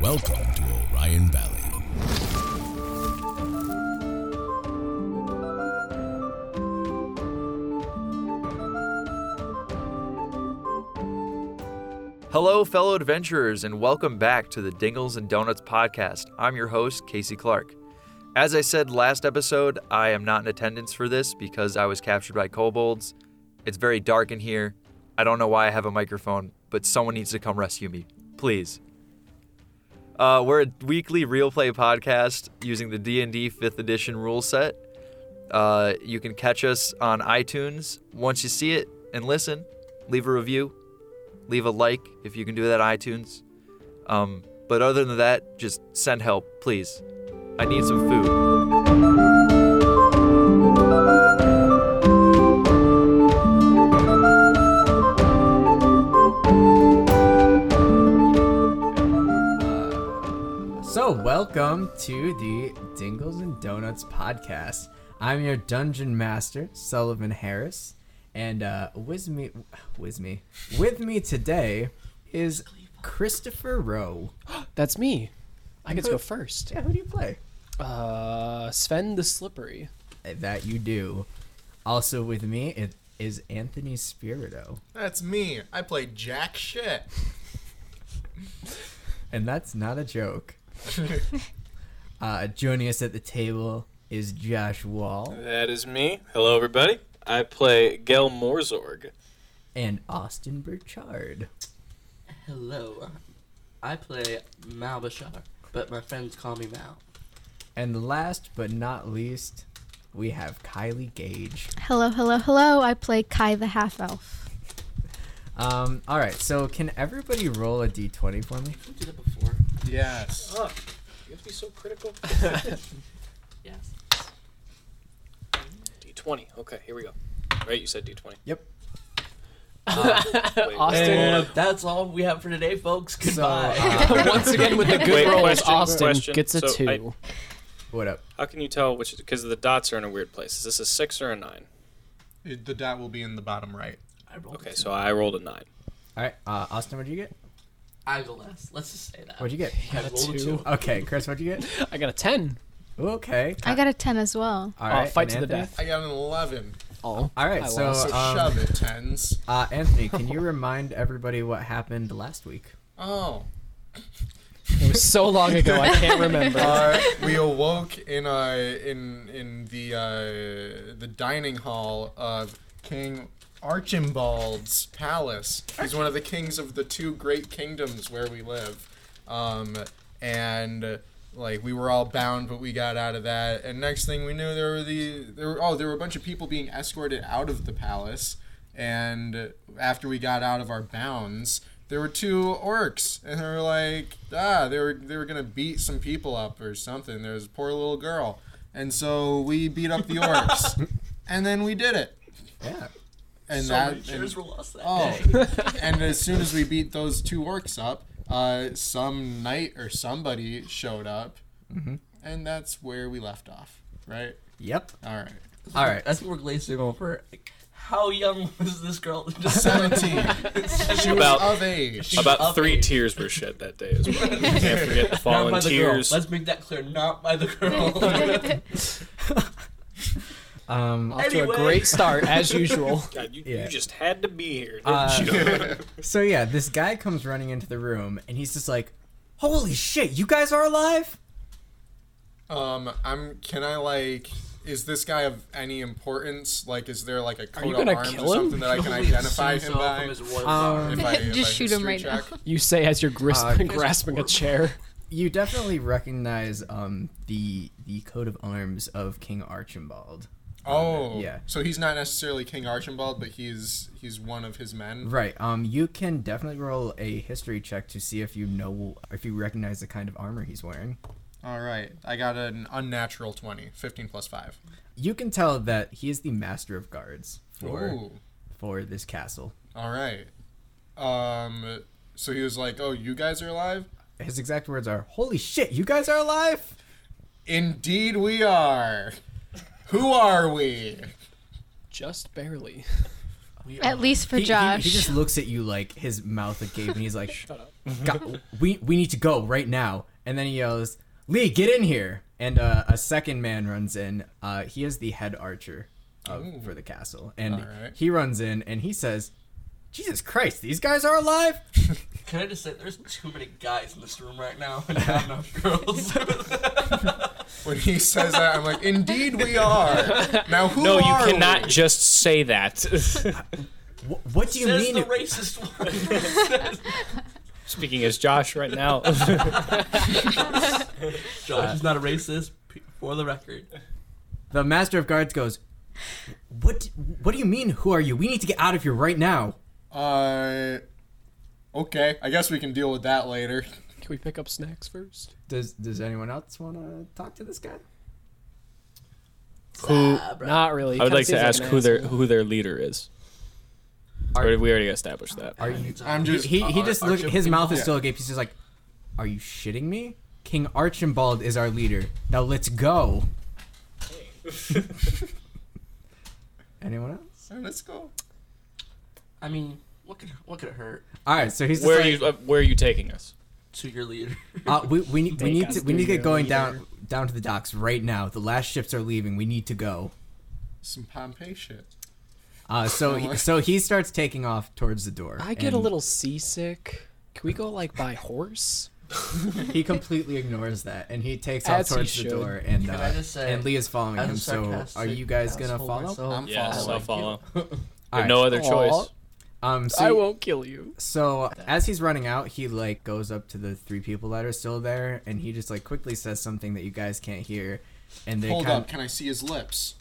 Welcome to Orion Valley. Hello, fellow adventurers, and welcome back to the Dingles and Donuts podcast. I'm your host, Casey Clark. As I said last episode, I am not in attendance for this because I was captured by kobolds. It's very dark in here. I don't know why I have a microphone, but someone needs to come rescue me. Please. Uh, we're a weekly real play podcast using the D&D 5th edition rule set. Uh, you can catch us on iTunes. Once you see it and listen, leave a review, leave a like if you can do that on iTunes. Um, but other than that, just send help, please. I need some food. So, welcome to the Dingles and Donuts podcast. I'm your dungeon master, Sullivan Harris, and uh, with me, with me, with me today is Christopher Rowe. That's me. I get to who- go first. Yeah, who do you play? Uh, Sven the Slippery. That you do. Also with me it is Anthony Spirito, That's me. I play jack shit. and that's not a joke. uh, joining us at the table is Josh Wall That is me. Hello, everybody. I play Gel Morzorg. and Austin Burchard. Hello. I play Malbashar, but my friends call me Mal. And last but not least, we have Kylie Gage. Hello, hello, hello. I play Kai the half elf. Um, all right, so can everybody roll a d20 for me? We did it before. Yes. Oh, you have to be so critical. Yes. D20. Okay, here we go. Right, you said D20. Yep. Wait, Austin. wait, That's all we have for today, folks. So, uh, Goodbye. Once again, with the good Wait, rolls, question, Austin question. gets a So two. I- What up? How can you tell which? Because the dots are in a weird place. Is this a six or a nine? It- The dot will be in the bottom right. I rolled Okay, two. so I rolled a nine. All right, uh, Austin, what'd you get? I go last. Let's just say that. What'd you get? I got a rolled a two. two. Okay, Chris, what'd you get? I got a ten. Ooh, Okay. I got a 10 as well. All Uh, fight and to the Anthony? death. I got an 11. Oh, All right, I so lost. So um, shove it, tens. uh, Anthony, can you remind everybody what happened last week? Oh. it was so long ago. I can't remember. Uh, we awoke in uh in in the uh the dining hall of King Archibald's palace. He's one of the kings of the two great kingdoms where we live. Um and like we were all bound but we got out of that and next thing we knew there were the there were oh there were a bunch of people being escorted out of the palace and after we got out of our bounds there were two orcs and they were like ah they were they were gonna beat some people up or something there was a poor little girl and so we beat up the orcs and then we did it Yeah. and So that many and- chairs were lost that Oh, day. and as soon as we beat those two orcs up, uh, some knight or somebody showed up, and that's where we left off. Right. Yep. All right. All right. That's what we're glazing over. Like, how young was this girl? that Just Seventeen. she was About- of age. About up three eight. tears were shed that day as well. Can't forget the Not fallen by the girl. tears. Let's make that clear. Not by the girl. Um, Off to a Anyway. great start as usual. God, you, Yeah. you just had to be here, didn't Uh, you? so yeah, this guy comes running into the room and he's just like, "Holy shit, you guys are alive!" Um, I'm. Can I like? Is this guy of any importance? Like, is there like a coat you of gonna arms kill or him? something that I can identify him by? Um, If I- if I Just shoot him history right now. check? You say as you're gris- Uh, grasping a chair. you definitely recognize um the the coat of arms of King Archibald. Oh, Yeah. So he's not necessarily King Archibald, but he's he's one of his men. Right. Um you can definitely roll a history check to see if you know if you recognize the kind of armor he's wearing. All right. I got an unnatural 20, 15 plus five. You can tell that he is the master of guards for Ooh. for this castle. All right. Um. So he was like, "Oh, you guys are alive. His exact words are, "Holy shit, you guys are alive!" Indeed, we are. Who are we? Just barely. we At least for He- he- Josh. He, just looks at you like his mouth agape, and he's like, "Shut up! we we need to go right now." And then he yells, "Lee, get in here!" And uh, a second man runs in. Uh, he is the head archer of, for the castle, and Alright. he runs in and he says, "Jesus Christ, these guys are alive!" Can I just say, there's too many guys in this room right now and not enough girls. When he says that, I'm like, indeed we are. Now who No, are you cannot we? just say that. Wh- what do you Says mean? the it- racist one. Speaking as Josh right now. Josh is not a racist, p- for the record. the master of guards goes, "What? What do you mean? Who are you? We need to get out of here right now." Uh, okay. I guess we can deal with that later. Can we pick up snacks first? Does Does anyone else want to talk to this guy? Who? Not really. I would Kinda like to seems ask an who their asshole. who their leader is. Are- Or did we already established that? Are you? I'm just. he he just look. His mouth is Yeah. still agape. He's just like, "Are you shitting me? King Archibald is our leader. Now let's go." Anyone else? So let's go. I mean, what could what could it hurt All right, so he's just Where are like, you uh, where are you taking us? to your leader? uh, we we need we Take need us to we to need to your get going down leader. down to the docks right now. The last ships are leaving. We need to go. Some Pompeii shit. Uh, so my- so he starts taking off towards the door. I get a and little seasick. Can we go like by horse? He completely ignores that, and he takes As off he towards the should. door. And Can uh, I just say, and Lee is following As a him. So are sarcastic you guys gonna asshole follow? myself, I'm I Yes, following. I'll like you. follow. All right. No other Aw. choice. Um, so I you- won't kill you. So as he's running out, he like goes up to the three people that are still there, and he just like quickly says something that you guys can't hear, and they Hold kind up. Can I see his lips?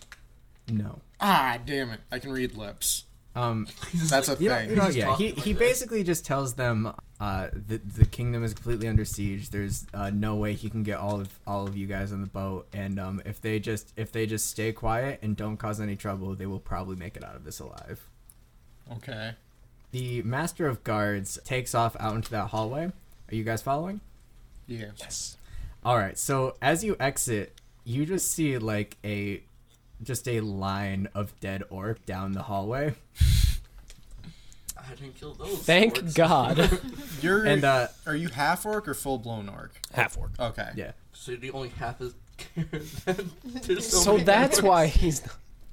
no. Ah, damn it. I can read lips. Um, That's a you know, thing. you know, He's yeah. talking He, like he this. basically just tells them uh, the the kingdom is completely under siege. There's uh, no way he can get all of all of you guys on the boat, and um, if they just if they just stay quiet and don't cause any trouble, they will probably make it out of this alive. okay. The master of guards takes off out into that hallway. Are you guys following? Yeah. All right. So as you exit, you just see like a just a line of dead orc down the hallway. I didn't kill those. Thank orcs. God. You're. And uh are you half orc or full blown orc? Half orc. Okay. yeah. So the only half is. There's so many that's orcs. why he's.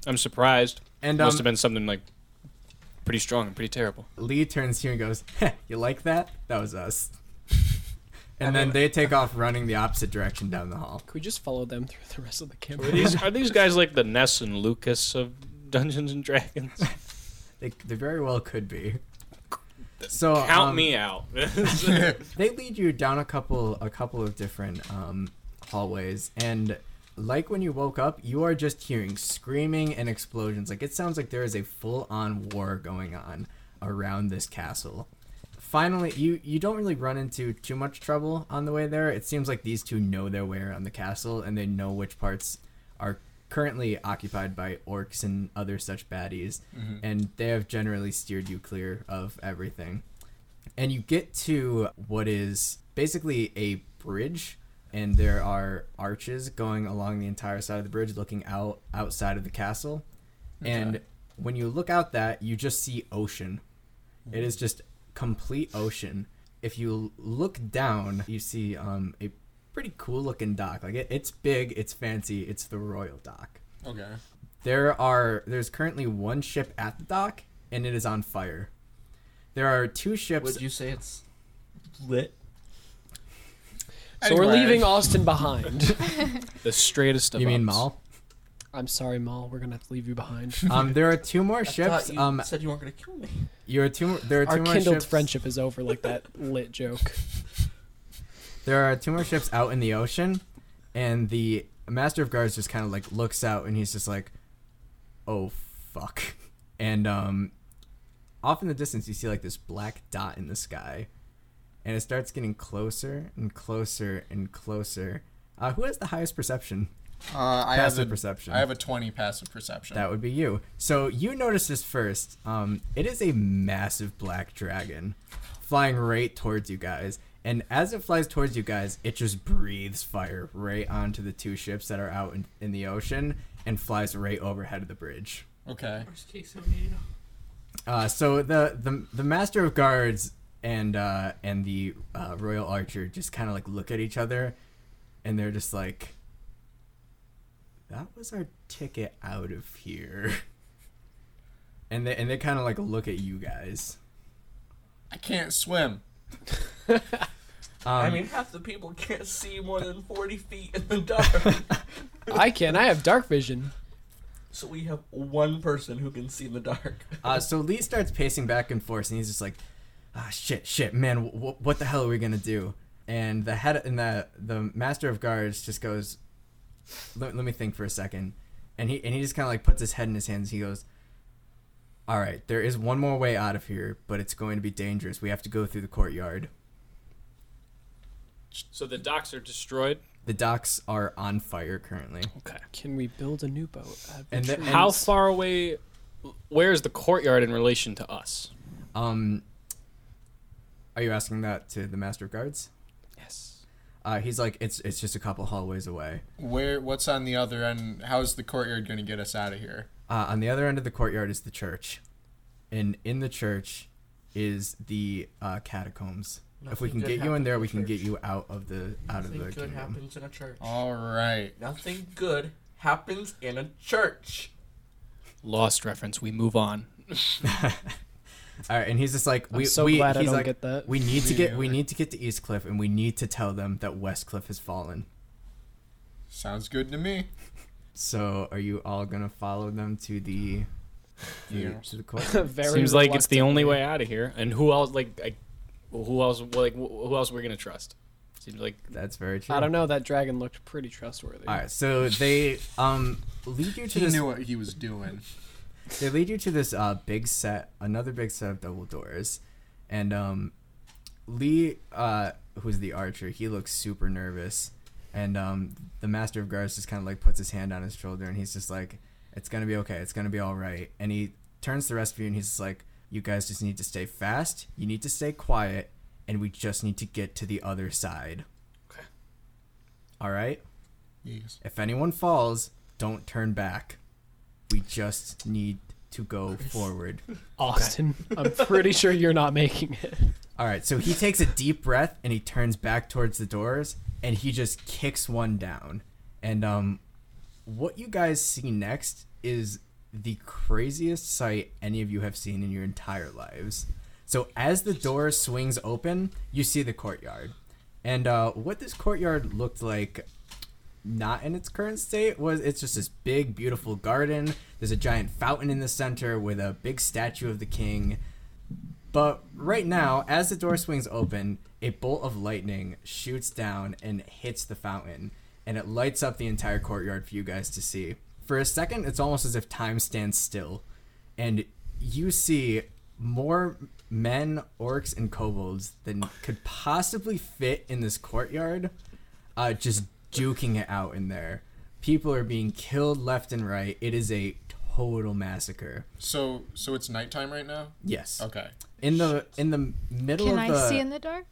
I'm surprised. And um, Must have been something like pretty strong and pretty terrible. Lee turns to you and goes, "Heh, "You like that? That was us." And I then mean- they take off running the opposite direction down the hall. Could we just follow them through the rest of the Are campaign? these are these guys like the Ness and Lucas of Dungeons and Dragons? They, they very well could be. So Count um, me out. they lead you down a couple a couple of different um, hallways and like when you woke up you are just hearing screaming and explosions like it sounds like there is a full-on war going on around this castle finally you you don't really run into too much trouble on the way there it seems like these two know their way around the castle and they know which parts are currently occupied by orcs and other such baddies and they have generally steered you clear of everything and you get to what is basically a bridge and there are arches going along the entire side of the bridge looking out outside of the castle and when you look out that you just see ocean it is just complete ocean if you look down you see um, a pretty cool looking dock like it, it's big it's fancy it's the royal dock Okay. there are there's currently one ship at the dock and it is on fire there are two ships Would you say it's lit? so we're Anyway. leaving Austin behind. the straightest of You mean ups. Maul? I'm sorry, Maul. We're gonna have to leave you behind. Um, there are two more I thought ships. you Um, said you weren't gonna kill me. you are two. There are two Our more kindled ships. friendship is over, like that lit joke. There are two more ships out in the ocean, and the master of guards just kind of like looks out, and he's just like, "Oh fuck!" And um, off in the distance, you see like this black dot in the sky, and it starts getting closer and closer and closer. Uh, who has the highest perception? Uh, I have Passive a, perception. I have a 20 passive perception. That would be you. So you notice this first. Um, it is a massive black dragon flying right towards you guys. And as it flies towards you guys, it just breathes fire right onto the two ships that are out in, in the ocean and flies right overhead of the bridge. okay. Worst case scenario. Uh, so the, the the master of guards and uh, and the uh, royal archer just kind of like look at each other, and they're just like, "That was our ticket out of here." And they and they kind of like look at you guys. I can't swim. Um, I mean, half the people can't see more than 40 feet in the dark. I can. I have dark vision. so we have one person who can see in the dark. Uh, so Lee starts pacing back and forth, and he's just like, "Ah, shit, shit, man, w- what the hell are we gonna do?" And the head and the the master of guards just goes, "Let, let me think for a second. and he and he just kind of like puts his head in his hands. He goes, "All right, there is one more way out of here, but it's going to be dangerous. We have to go through the courtyard. So the docks are destroyed. The docks are on fire currently. Okay. Can we build a new boat? out of the And the- trees? and- How far away? Where is the courtyard in relation to us? Um, are you asking that to the master of guards?" Yes. Uh, he's like, "It's it's just a couple hallways away." Where? What's on the other end? How's the courtyard going to get us out of here? Uh, on the other end of the courtyard is the church, and in the church is the uh, catacombs. if we can Nothing good get you in happened there, in we the can get church. you out of the out of Nothing the good kingdom. happens in a church. All right. Nothing good happens in a church. Lost reference. We move on. All right, and he's just like, I'm we so we glad I he's don't like, get that. we need to get we need to get to East Cliff, and we need to tell them that West Cliff has fallen. Sounds good to me. So, are you all gonna follow them to the to, Yeah. to the court? Very Seems like it's the only reluctantly. way out of here. And who else? Like, I, who else? Like, wh- who else we're gonna trust? Seems like That's very true. I don't know. That dragon looked pretty trustworthy. All right, so they um lead you to He this knew what he was doing. they lead you to this uh, big set, another big set of double doors, and um, Lee, uh, who's the archer, he looks super nervous, and um, the master of guards just kind of like puts his hand on his shoulder, and he's just like, "It's gonna be okay. It's gonna be all right." And he turns to the rest of you, and he's just like, "You guys just need to stay fast. You need to stay quiet, and we just need to get to the other side." Okay. All right. Yes. If anyone falls, don't turn back. We just need to go forward. Austin, I'm pretty sure you're not making it. All right, so he takes a deep breath and he turns back towards the doors and he just kicks one down. And um what you guys see next is the craziest sight any of you have seen in your entire lives. So as the door swings open, you see the courtyard. And uh, what this courtyard looked like not in its current state was it's just this big beautiful garden there's a giant fountain in the center with a big statue of the king but right now as the door swings open a bolt of lightning shoots down and hits the fountain and it lights up the entire courtyard for you guys to see for a second it's almost as if time stands still and you see more men orcs and kobolds than could possibly fit in this courtyard uh, just duking it out in there. People are being killed left and right. It is a total massacre. So, so it's nighttime right now. Yes. Okay. In the in the middle Can of I the, see in the dark?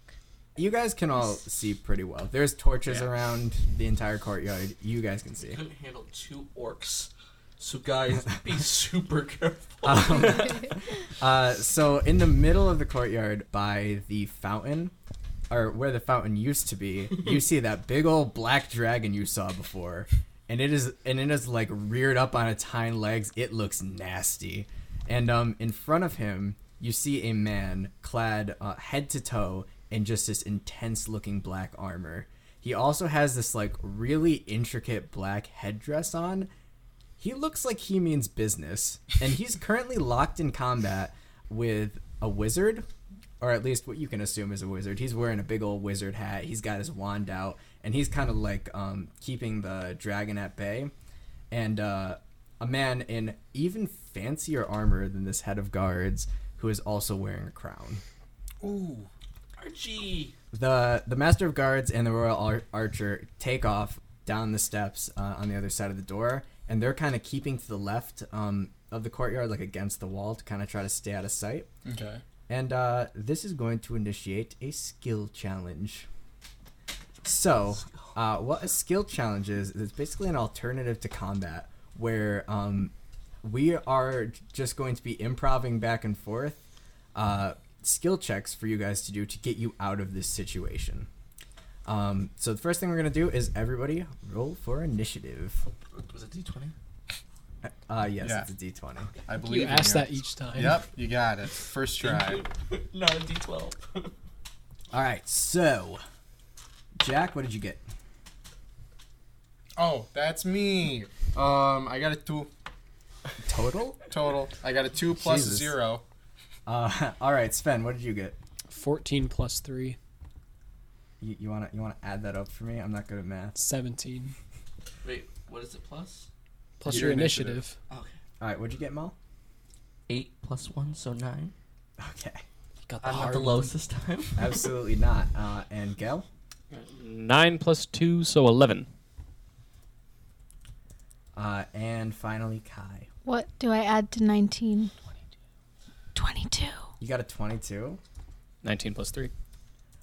you guys can all see pretty well. There's torches Yeah. around the entire courtyard. You guys can see. Couldn't handle two orcs. So guys, be super careful. Um, uh, so in the middle of the courtyard by the fountain, or where the fountain used to be, you see that big old black dragon you saw before, and it is and it is like reared up on its hind legs. It looks nasty, and um, in front of him you see a man clad uh, head to toe in just this intense looking black armor. He also has this like really intricate black headdress on, he looks like he means business, and he's currently locked in combat with a wizard, or at least what you can assume is a wizard. He's wearing a big old wizard hat. He's got his wand out, and he's kind of like um, keeping the dragon at bay. And uh, a man in even fancier armor than this head of guards, who is also wearing a crown. Ooh. Archie! The the master of guards and the royal ar- archer take off down the steps uh, on the other side of the door, and they're kind of keeping to the left um, of the courtyard, like against the wall, to kind of try to stay out of sight. Okay. And uh, this is going to initiate a skill challenge. So, uh, what a skill challenge is, is it's basically an alternative to combat where um, we are just going to be improving back and forth uh, skill checks for you guys to do to get you out of this situation. Um, so the first thing we're gonna do is everybody roll for initiative. Was it D20? Uh, yes, Yeah. it's a D twenty. I believe You in ask you. that each time. Yep, you got it. First try. No, D12. All right, so Jack, what did you get? Oh, that's me. Um, I got a two Total. total. I got a two plus Jesus. zero. Uh, all right, Sven, what did you get? 14 plus 3, You, you wanna you wanna add that up for me? I'm not good at math. 17. Wait, what is it plus? Plus Your your initiative. initiative. Okay. All right, what'd you get, Mo? 8 plus 1, so 9. Okay, Got the I'm at hard the one. lowest this time. absolutely not. Uh, and Gail, 9 plus 2, so 11. uh, and finally Kai. What do I add to 19? 22. You got a 22. 19 plus 3.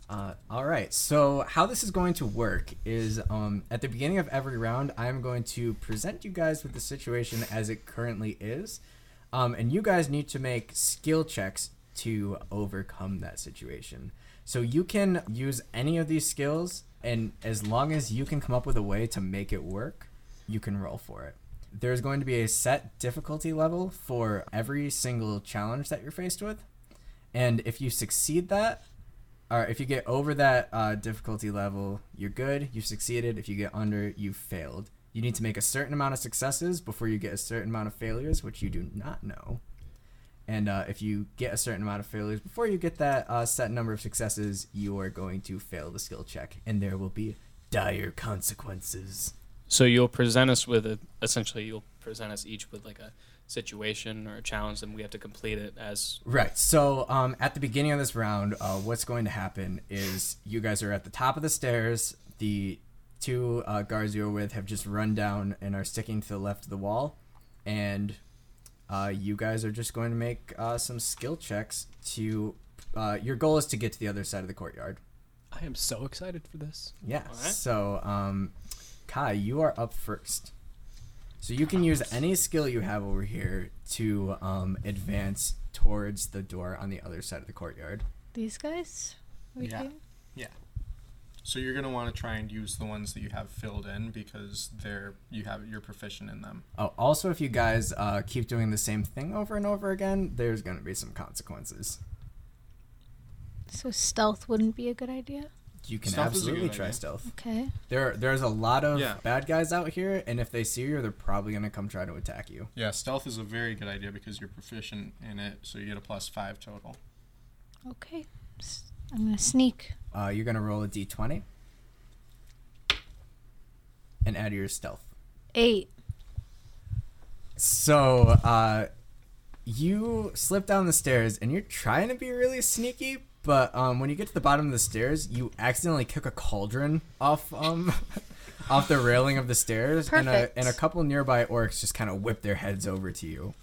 Uh, all right. So how this is going to work is um, at the beginning of every round, I'm going to present you guys with the situation as it currently is, um, and you guys need to make skill checks to overcome that situation. So you can use any of these skills, and as long as you can come up with a way to make it work, you can roll for it. There's going to be a set difficulty level for every single challenge that you're faced with. And if you succeed that, or if you get over that uh, difficulty level, you're good. You've succeeded. If you get under, you've failed. You need to make a certain amount of successes before you get a certain amount of failures, which you do not know. And uh, if you get a certain amount of failures before you get that uh, set number of successes, you are going to fail the skill check, and there will be dire consequences. So you'll present us with a, essentially you'll present us each with like a situation or a challenge, and we have to complete it as Right. So um, at the beginning of this round, uh, what's going to happen is you guys are at the top of the stairs. The two uh, guards you were with have just run down and are sticking to the left of the wall. And uh, you guys are just going to make uh, some skill checks to. Uh, your goal is to get to the other side of the courtyard. I am so excited for this. Yeah. Alright. So, um, Kai, you are up first. So you can use any skill you have over here to um, advance towards the door on the other side of the courtyard. These guys? Right Yeah. here? So you're gonna want to try and use the ones that you have filled in because they're you have you're proficient in them. Oh, also, if you guys uh, keep doing the same thing over and over again, there's going to be some consequences. So stealth wouldn't be a good idea? You can Stealth is a good absolutely try idea. stealth. Okay. There, there's a lot of Yeah. bad guys out here, and if they see you, they're probably going to come try to attack you. Yeah, stealth is a very good idea because you're proficient in it, so you get a plus five total. Okay. S- I'm going to sneak. Uh, you're going to roll a d20 and add your stealth. Eight. So, uh, you slip down the stairs and you're trying to be really sneaky, but um, when you get to the bottom of the stairs, you accidentally kick a cauldron off um, off the railing of the stairs, and a Perfect. and a couple nearby orcs just kind of whip their heads over to you.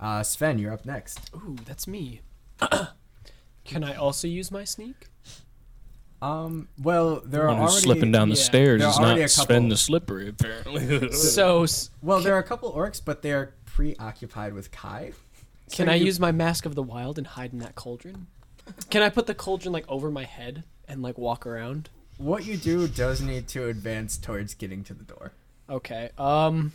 Uh, Sven, you're up next. Ooh, that's me. Can I also use my sneak? Um, well, there are One already who's slipping down the yeah. stairs There is are already not a couple- spin the slippery, apparently. So, s- Well, there are a couple orcs, but they are preoccupied with Kai. can So I you- use my mask of the wild and hide in that cauldron? Can I put the cauldron like over my head and like walk around? What you do does need to advance towards getting to the door. Okay. Um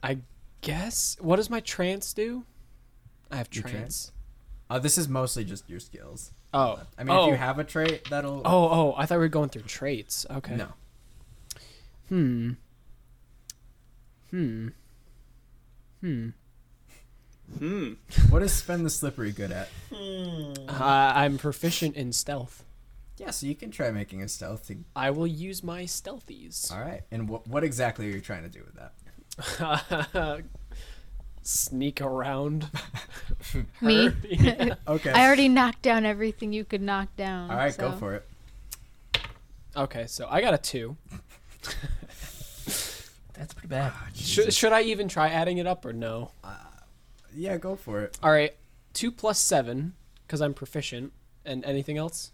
I guess what does my trance do? I have Your trance. trance? Uh, this is mostly just your skills. Oh. I mean, oh. if you have a trait, that'll. Oh, oh, I thought we were going through traits. Okay. No. Hmm. Hmm. Hmm. hmm. What is Sven the Slippery good at? Uh, I'm proficient in stealth. Yeah, so you can try making a stealth. To... I will use my stealthies. All right. And what what exactly are you trying to do with that? Sneak around. Me? Okay. I already knocked down everything you could knock down. All right, go so- for it. Okay, so I got a two. That's pretty bad. Ah, Should, should I even try adding it up or no? Yeah, go for it. All right, two plus seven because I'm proficient, and anything else?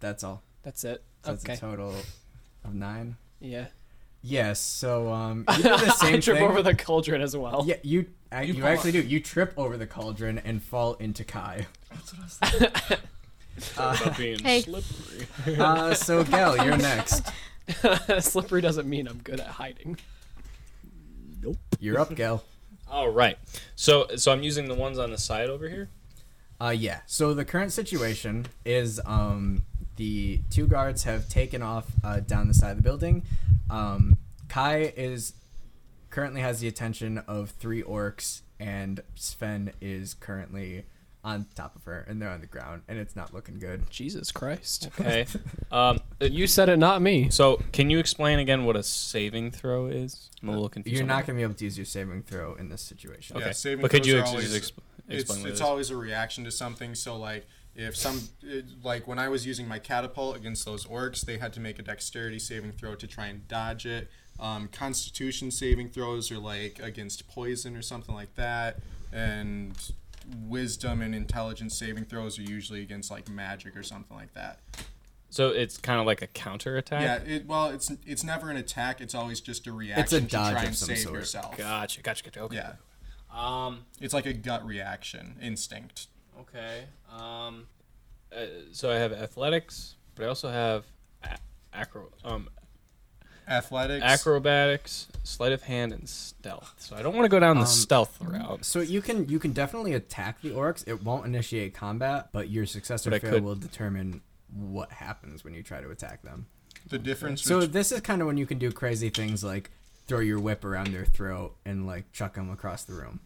That's all. That's it. So That's okay. a total of nine. Yeah. Yes. So um, you do the same I trip thing. over the cauldron as well. yeah, you uh, you, fall actually do. You trip over the cauldron and fall into Kai. about being Hey. slippery. Uh, so Gel, you're next. Slippery doesn't mean I'm good at hiding. You're up, Gel. All right. So so I'm using the ones on the side over here. Uh, yeah. So the current situation is um, the two guards have taken off uh, down the side of the building. Um, Kai is currently has the attention of three orcs, and Sven is currently on top of her, and they're on the ground, and it's not looking good. Jesus Christ. Okay. Um, You said it, not me. so can you explain again what a saving throw is? I'm a little Uh, confused. You're on not that. going to be able to use your saving throw in this situation. Okay. Yeah, saving but could throws you are ex- always- ex- explain it's, what it it's is? always a reaction to something so like if some it- like when i was using my catapult against those orcs they had to make a dexterity saving throw to try and dodge it um, constitution saving throws are like against poison or something like that and wisdom and intelligence saving throws are usually against like magic or something like that so it's kind of like a counter attack. yeah it, well it's it's never an attack it's always just a reaction to dodge try of and some save sort. yourself Gotcha. Gotcha. Gotcha. Okay. yeah Um. it's like a gut reaction instinct Okay. Um. Uh, so I have athletics, but I also have a- acro um athletics acrobatics, sleight of hand, and stealth. So I don't want to go down the Um, stealth route. So you can you can definitely attack the orcs. It won't initiate combat, but your success or But I fail could- will determine what happens when you try to attack them. the difference So this is kind of when you can do crazy things like throw your whip around their throat and like chuck them across the room.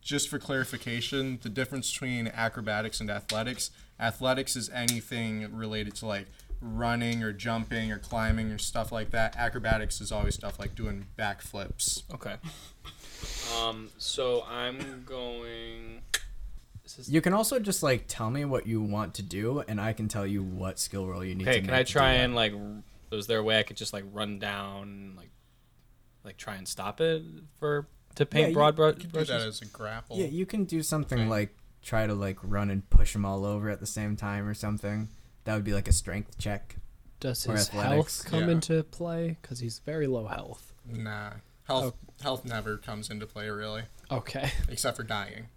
just for clarification, the difference between acrobatics and athletics. Athletics is anything related to like running or jumping or climbing or stuff like that. Acrobatics is always stuff like doing backflips. Okay. Um. So I'm going. This is You can also just like tell me what you want to do, and I can tell you what skill roll you need. Okay, to can make I to try do that. and like? r- Was there a way I could just like run down, and, like, like try and stop it for to paint you- broad brush? You could do that brushes? as a grapple. Yeah, you can do something Okay. like try to like run and push them all over at the same time or something. That would be like a strength check. Does Or his athletics. health come Yeah. into play? Because he's very low health. Nah. Health Oh. health never comes into play really, Okay. except for dying.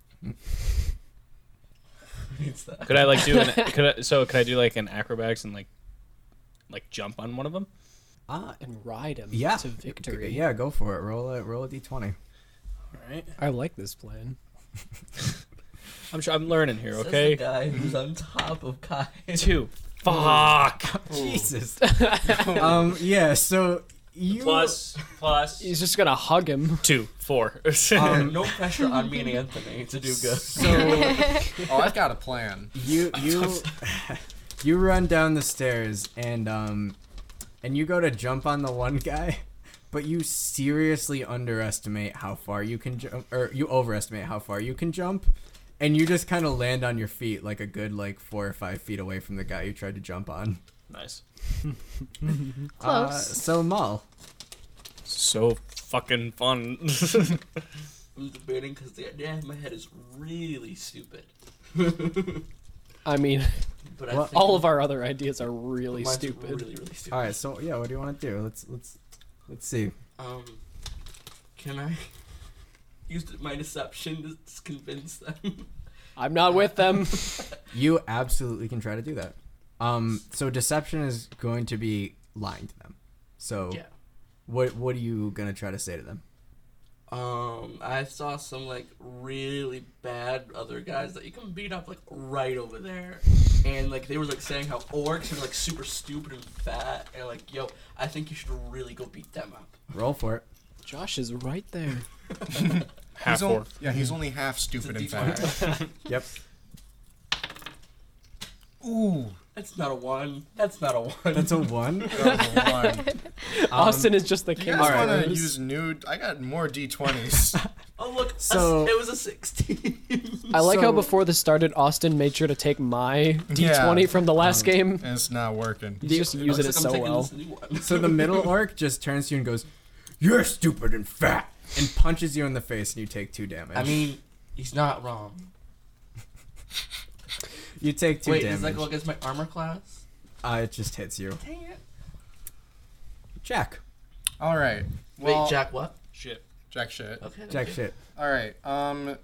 It's that. Could I like do an? could I, so could I do like an acrobatics and like, like jump on one of them? Ah, And ride him yeah. to victory. Yeah, go for it. Roll a roll a d20. I like this plan. I'm sure I'm learning here. Says Okay, the guy who's on top of Kai. two. Fuck. Jesus. um yeah, so you Plus plus He's just gonna hug him. two four. Um, no pressure on me and Anthony to do good. so Oh, I've got a plan. you you you run down the stairs and um and you go to jump on the one guy but you seriously underestimate how far you can jump or you overestimate how far you can jump and you just kind of land on your feet like a good like four or five feet away from the guy you tried to jump on nice. Uh, Close. so Maul, So fucking fun. I'm debating because the idea in my head is really stupid. I mean, But I Well, think all of our other ideas are really mine's stupid. Really, really stupid. all right so yeah what do you want to do let's let's let's see Um, can I use my deception to s- convince them? I'm not with them. you absolutely can try to do that um so deception is going to be lying to them so What What are you gonna try to say to them? Um, I saw some like really bad other guys that you can beat up like right over there, and like they were like saying how orcs are like super stupid and fat, and like yo, I think you should really go beat them up. Roll for it. Josh is right there. Half he's four. on- yeah, he's only half It's a stupid in D20. fact. Yep. Ooh, That's not a one. That's not a one. That's a one. that was a one. Austin is just the You king. guys of want those. to use nude? I got more D20s. oh look, a s- So- it was a sixteen. I like how So- before this started, Austin made sure to take my D20 Yeah. from the last game. and it's not working. He's just Looks using it like I'm so taking well. this new one. So the middle orc just turns to you and goes, "You're stupid and fat," and punches you in the face, and you take two damage. I mean, he's not wrong. you take two Wait, damage. does that go against my armor class? uh, it just hits you. Dang it. Jack. All right. Wait, Well, Jack, what? Shit. Jack shit. Okay. thank Jack you. shit. All right. Um,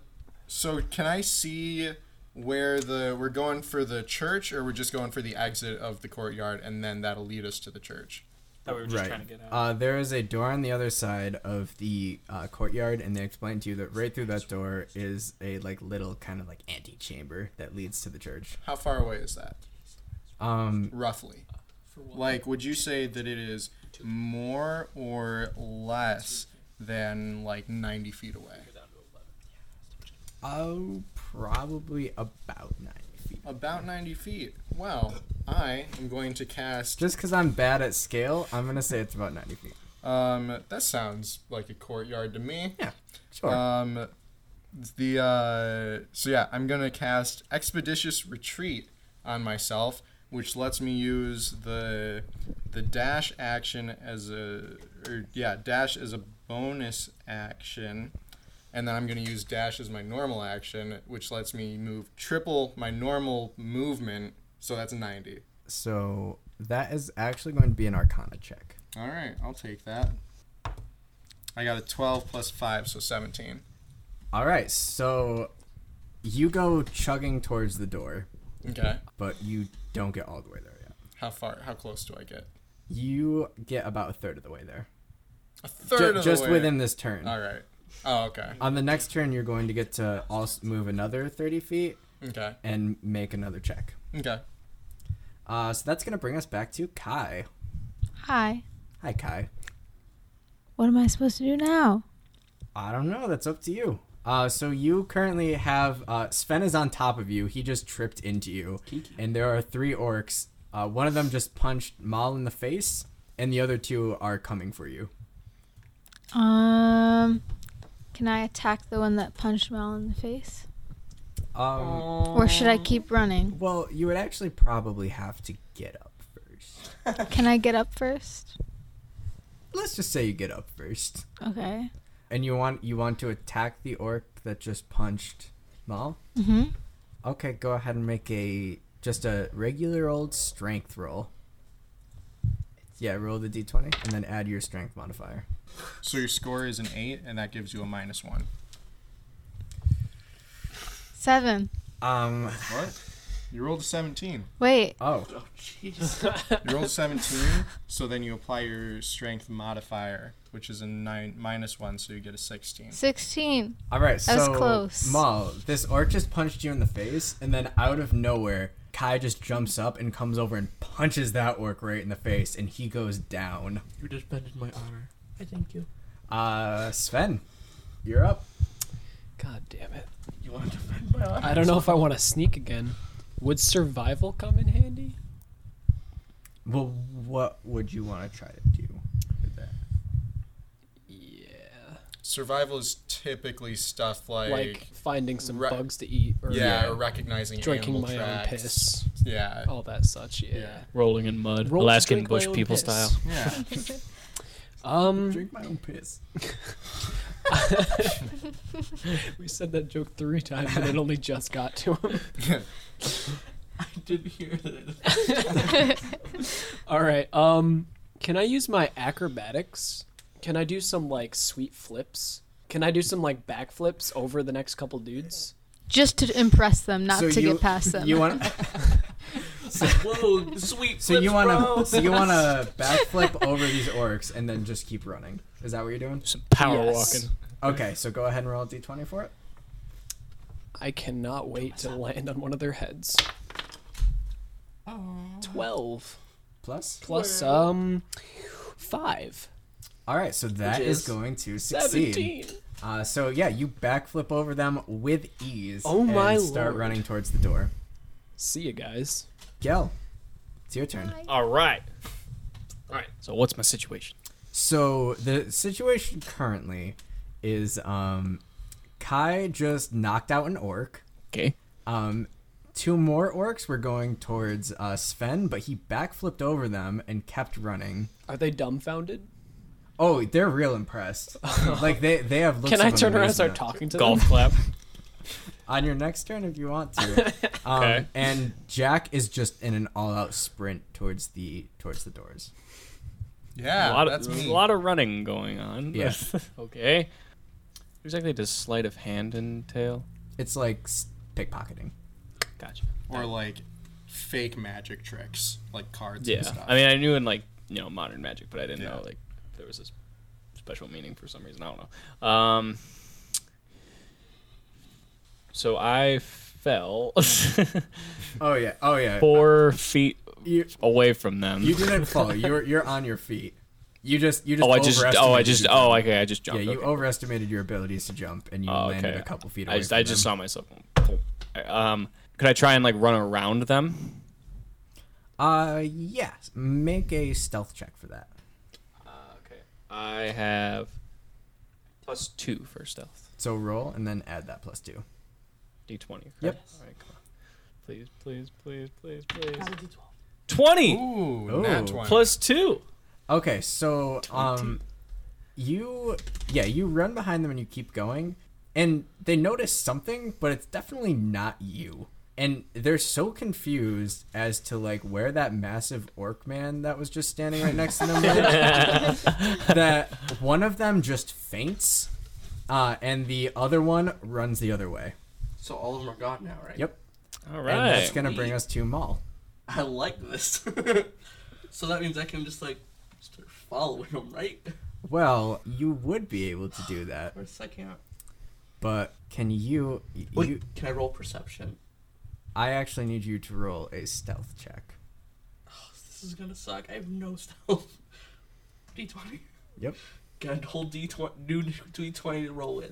so can I see where the we're going for the church, or we're just going for the exit of the courtyard, and then that'll lead us to the church? That we were just trying to get out. Uh, there is a door on the other side of the uh, courtyard, and they explained to you that right through that door is a like little kind of like antechamber that leads to the church. How far away is that, Um, roughly? For what? Like, would you say that it is more or less than like 90 feet away? oh, probably about ninety feet. About 90 feet. Well, I am going to cast. Just because I'm bad at scale, I'm gonna say it's about ninety feet. Um, that sounds like a courtyard to me. Yeah, sure. Um, the uh, so yeah, I'm gonna cast expeditious retreat on myself, which lets me use the the dash action as a or yeah dash as a bonus action, and then I'm gonna use dash as my normal action, which lets me move triple my normal movement. So that's 90. so that is actually going to be an Arcana check. All right, I'll take that. I got a 12 plus 5, so 17. All right, so you go chugging towards the door, Okay. but you don't get all the way there yet. How far? How close do I get? You get about a third of the way there. A Ju- third of the just way. within this turn. All right. Oh, okay. On the next turn, you're going to get to also move another 30 feet Okay. and make another check. Okay. Uh, so that's going to bring us back to Kai. Hi. Hi, Kai. What am I supposed to do now? I don't know. That's up to you. Uh, so you currently have uh, Sven is on top of you. He just tripped into you, and there are three orcs. Uh, one of them just punched Mal in the face, and the other two are coming for you. Um, can I attack the one that punched Mal in the face? Um, Or should I keep running? well, you would actually probably have to get up first. Can I get up first? Let's just say you get up first, Okay. and you want you want to attack the orc that just punched Mal. Mm-hmm. Okay, go ahead and make a just a regular old strength roll. Yeah, roll the d20 and then add your strength modifier. So your score is an 8, and that gives you a minus 1. Seven. Um. What? You rolled a 17. Wait. Oh. Oh jeez. You rolled a 17, so then you apply your strength modifier, which is a 9 minus 1, so you get a 16. Sixteen. All right. That was so, close. Maul, this orc just punched you in the face, and then out of nowhere, Kai just jumps up and comes over and punches that orc right in the face, and he goes down. you just bended my honor. I thank you. Uh, Sven, you're up. God damn it. You want to bend my honor? I don't know if I want to sneak again. Would survival come in handy? Well, what would you want to try to do? with that? Yeah. Survival is typically stuff like. Like finding some Re- bugs to eat or yeah, or recognizing drinking animal my tracks. Oh. own piss, Yeah. all that such. Yeah. Yeah. Rolling in mud, Roll to Alaskan drink my bush own people piss. style. Yeah. Um, Drink my own piss. we said that joke three times and it only just got to him. I did hear that. All right. Um, can I use my acrobatics? Can I do some like sweet flips? Can I do some like backflips over the next couple dudes? Just to impress them, not So to you- get past them. You want? Whoa, sweet. So you want to so you want to backflip over these orcs and then just keep running. Is that what you're doing? Some power Yes. walking. Okay, so go ahead and roll a d20 for it. I cannot wait to land on one of their heads. Twelve Plus. plus um five. All right, so that is, is going to succeed. Seventeen. Uh, so yeah, you backflip over them with ease. Oh my and Start lord. running towards the door. See you guys. Gel, it's your turn. All right. All right. So what's my situation? So the situation currently is um, Kai just knocked out an orc. Okay. Um, two more orcs were going towards uh, Sven, but he backflipped over them and kept running. Are they dumbfounded? Oh, they're real impressed. like they they have. Looks Can I of turn around and amazement. start talking to Golf them? clap. on your next turn if you want to? Um, Okay. And Jack is just in an all-out sprint towards the towards the doors. Yeah, a lot of that's me. a lot of running going on. Yeah. okay. Exactly, does sleight of hand entail? It's like s- pickpocketing. Gotcha. or like fake magic tricks, like cards Yeah, and stuff. I mean, I knew in like you know modern magic, but I didn't Yeah. know like there was this special meaning for some reason. I don't know. Um, so I fell Oh yeah. Oh yeah. four feet You away from them. you didn't fall. You're you're on your feet. You just you just. oh, I just oh overestimated your I just oh jump. okay I just jumped. Yeah, you okay. overestimated your abilities to jump, and you Oh, landed okay. a couple feet away. I just from I just them. saw myself. Um, could I try and like run around them? Uh, yes. Make a stealth check for that. Uh, okay. I have plus two for stealth. So roll and then add that plus two. D twenty. Yep. All right, come on. Please, please, please, please, please. Roll a d12. Twenty Ooh, Ooh. nat 20. plus two. Okay, so um, you yeah you run behind them and you keep going, and they notice something, but it's definitely not you. And they're so confused as to like where that massive orc man that was just standing right next to them was, that one of them just faints, uh, and the other one runs the other way. So all of them are gone now, right? Yep, All and right. that's gonna bring us to Maul. I like this. so that means I can just like start following them, right? Well, you would be able to do that, Or I can't. but can you? Wait, you can I roll perception? I actually need you to roll a stealth check. This is gonna suck. I have no stealth. D20. Yep. Got a whole D20, new D20 to roll with.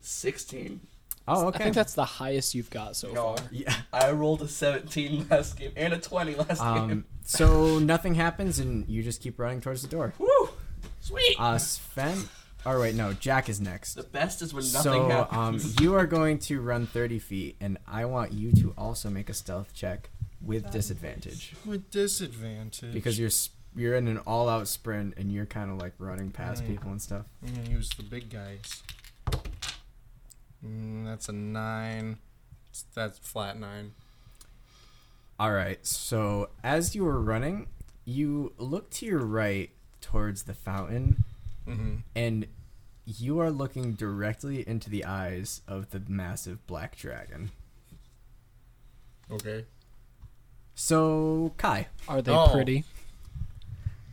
16. Oh, I okay. think that's the highest you've got so No, far. yeah. I rolled a 17 last game and a 20 last Um, game. so nothing happens, and you just keep running towards the door. Woo! Sweet! Uh, Sven. Or wait, no. Jack is next. the best is when nothing So um, happens. you are going to run 30 feet, and I want you to also make a stealth check with disadvantage With disadvantage. because you're s- you're in an all-out sprint, and you're kind of like running past Mm. people and stuff. I'm gonna use the big guys. Mm, that's a nine. It's- That's flat nine. All right. So as you were running, you look to your right towards the fountain, Mm-hmm. and you are looking directly into the eyes of the massive black dragon. Okay. So, Kai, Are they Oh. pretty?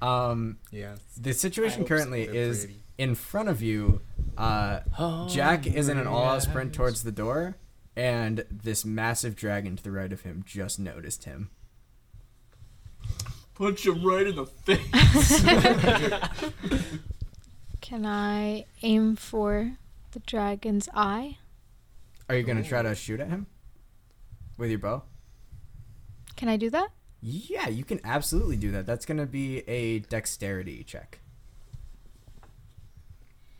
um, Yeah. the situation hope currently they're is pretty. in front of you. Uh, Oh, Jack is in an all-out sprint towards the door, and this massive dragon to the right of him just noticed him. Punch him right in the face. Can I aim for the dragon's eye? Are you gonna try to shoot at him with your bow? Can I do that? Yeah, you can absolutely do that. That's gonna be a dexterity check.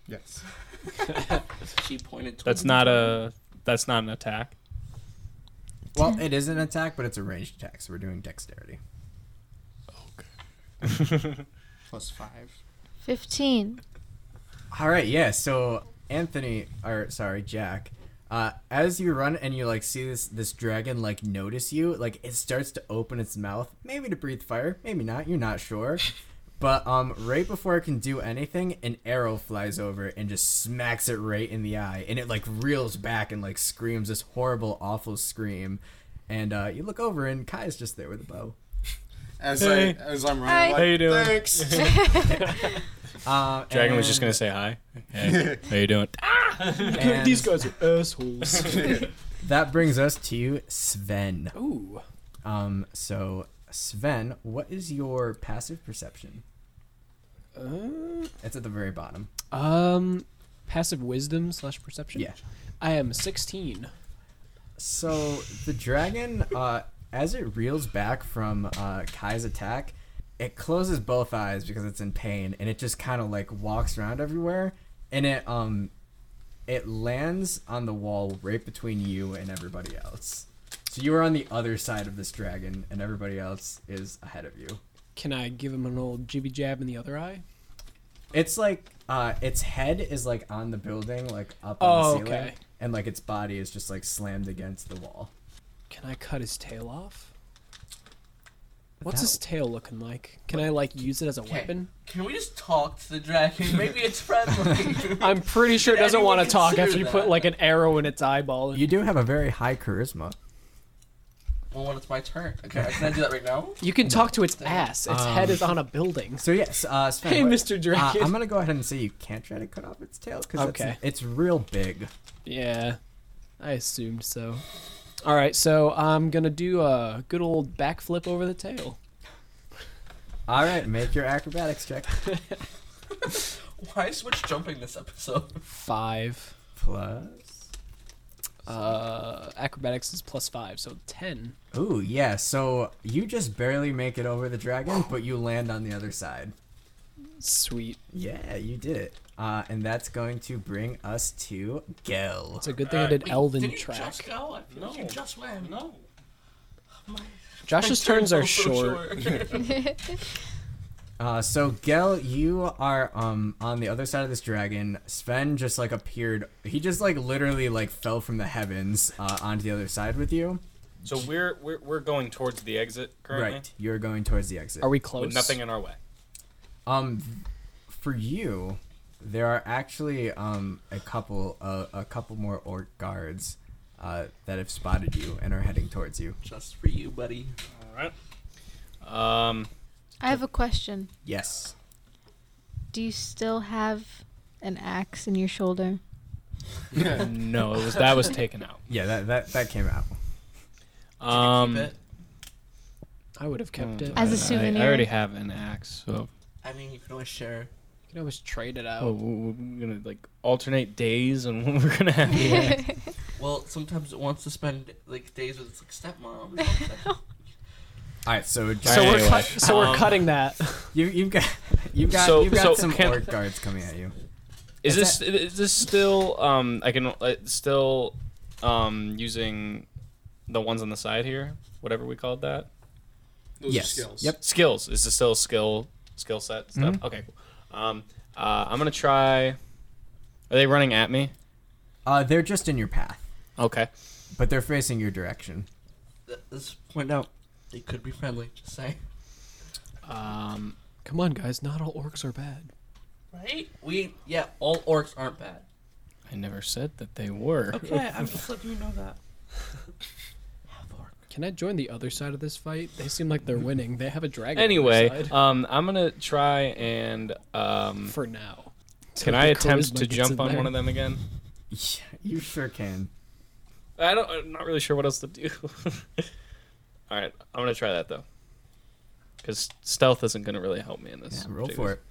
Yes. she pointed towards That's not a. That's not an attack. Well, it is an attack, but it's a ranged attack, so we're doing dexterity. Plus five. 15. All right, yeah. So Anthony, or sorry, Jack, uh, as you run and you like see this this dragon like notice you, like it starts to open its mouth, maybe to breathe fire, maybe not. You're not sure. But um, right before it can do anything, an arrow flies over and just smacks it right in the eye, and it like reels back and like screams this horrible, awful scream. And uh, you look over, and Kai's just there with a bow. As Hey. I as I'm running, Hi. I'm like, How you doing? Thanks. Uh, Dragon was just and- gonna say hi. Hey, how you doing? and These guys are assholes. That brings us to you, Sven. Ooh. Um, so Sven, what is your passive perception? It's at the very bottom. Um, passive wisdom slash perception. Yeah. I am 16. So the dragon, uh, as it reels back from uh, Kai's attack, it closes both eyes because it's in pain, and it just kind of like walks around everywhere, and it um, it lands on the wall right between you and everybody else. So you are on the other side of this dragon, and everybody else is ahead of you. Can I give him an old jibby jab in the other eye? It's like uh, its head is like on the building, like up Oh, on the ceiling, okay. and like its body is just like slammed against the wall. Can I cut his tail off? What's That- his tail looking like? Can I like use it as a weapon? Can we just talk to the dragon? Maybe it's friendly. I'm pretty sure it Did doesn't anyone want to talk consider after you put that? like an arrow in its eyeball. And You do have a very high charisma. well, when it's my turn. Okay, can I do that right now? you can talk to its ass. Its head is on a building. So yes, uh, Sven, Hey, what- Mr. Uh, Dragon. I'm gonna go ahead and say you can't try to cut off its tail because Okay. it's, it's real big. Yeah, I assumed so. All right, so I'm gonna do a good old backflip over the tail. All right, make your acrobatics check Why switch jumping this episode? Five. plus. Uh, acrobatics is plus five, so ten. Ooh, yeah. So you just barely make it over the dragon, but you land on the other side. Sweet. Yeah, you did it. Uh, and that's going to bring us to Gel. It's a good thing I did Wait, Elven did you track. just go? I feel like you No. just went. No. Josh's turns are short. Uh, so Gel, you are um on the other side of this dragon. Sven just like appeared. He just like literally like fell from the heavens uh, onto the other side with you. So we're we're, we're going towards the exit currently. Right. You're going towards the exit. Are we close? With nothing in our way. Um, th- for you, there are actually um a couple uh, a couple more orc guards, uh, that have spotted you and are heading towards you. Just for you, buddy. All right. Um. I have a question. Yes. Do you still have an axe in your shoulder? No, it was that was taken out. Yeah. That that that came out. Um. Keep it. I would have Mm. kept it. As a I- souvenir. I, already have an axe, so I mean, you can always share. You can always trade it out. oh, we- we're gonna like alternate days and when we're gonna have the axe. Well, sometimes it wants to spend like days with its like stepmom. All right. So Josh, So we're Anyway, cut- so we're um, cutting that. you you've got you've got So- you've got so some can- orc guards coming at you. Is Is this is this still um I can uh, still um using the ones on the side here, whatever we called that Those yes. are skills. Yep. skills. Is this still skill skill set stuff? Okay, cool. Um, uh, I'm gonna try. Are they running at me? Uh, they're just in your path, Okay. but they're facing your direction. At this point out, they could be friendly. Just saying. Um, Come on, guys. Not all orcs are bad. Right? We yeah, all orcs aren't bad. I never said that they were. Okay, I'm just letting you know that. Can I join the other side of this fight? They seem like they're winning. They have a dragon. on their Anyway, side. um, I'm gonna try and um, for now. can I attempt to jump on one of them again? Yeah, you sure can. I don't. I'm not really sure what else to do. All right, I'm gonna try that though, because stealth isn't gonna really help me in Yeah, this. roll for it.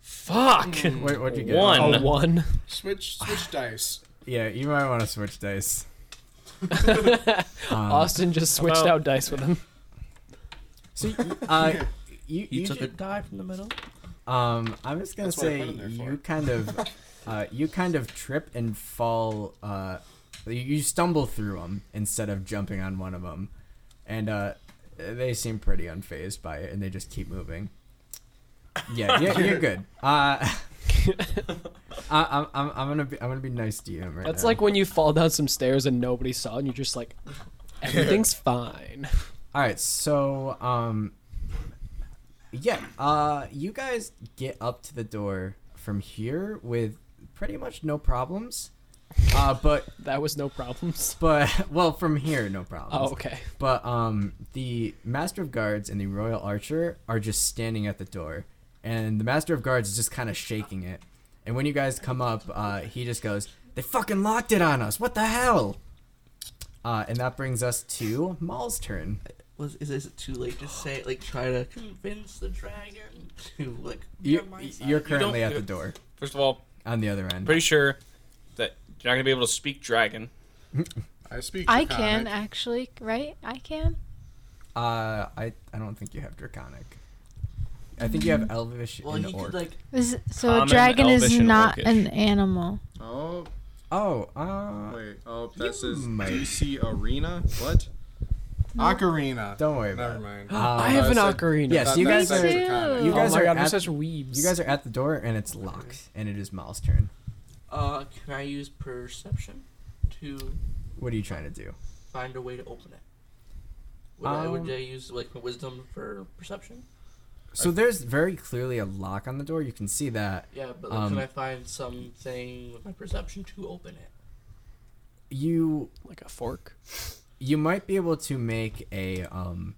Fuck. Wait, what'd you get? One. A them? one. Switch switch dice. Oh, Yeah, you might want to switch dice. Um, Austin just switched about- out dice with him. So, uh, you, You, you took ju- a dive from the middle. Um, I'm just gonna That's what say I put 'em there you for. kind of, uh, you kind of trip and fall. Uh, you- you stumble through them instead of jumping on one of them, and uh, they seem pretty unfazed by it, and they just keep moving. Yeah, you're, you're good. Uh, I, I'm, I'm, I'm gonna be, I'm gonna be nice to you right That's now. like when you fall down some stairs and nobody saw, and you're just like, everything's fine. All right, so um, yeah, uh, you guys get up to the door from here with pretty much no problems. Uh, but That was no problems. but well, from here no problems. Oh, okay. But um, the master of guards and the royal archer are just standing at the door, and the master of guards is just kind of shaking it. And when you guys come up, uh, he just goes, "They fucking locked it on us! What the hell?" Uh, and that brings us to Maul's turn. Was is, is it too late to say like try to convince the dragon to like be You, on my side? you're currently at the do- door First of all, on the other end. pretty sure that you're not gonna be able to speak dragon. I speak. I Draconic. can actually, right? I can. Uh, I I don't think you have draconic. I think you have elvish Mm-hmm. well, and he orc. could like This, so Common, a dragon elvish, is and not orcish. an animal. Oh oh, uh, wait. Oh, that says might- DC Arena. What? Ocarina. don't worry about Never it. mind. I have an that's a- ocarina. Yes, That- you that guys says are- Draconic. You oh guys my are god, we're at- such weebs. You guys are at the door and it's locked and it is Miles' turn. uh can I use perception to What are you trying to do? find a way to open it? Would, I, Um, would I use like wisdom for perception? So there's very clearly a lock on the door. You can see that. Yeah, but like, Um, can I find something with my perception to open it? You Like a fork. you might be able to make a um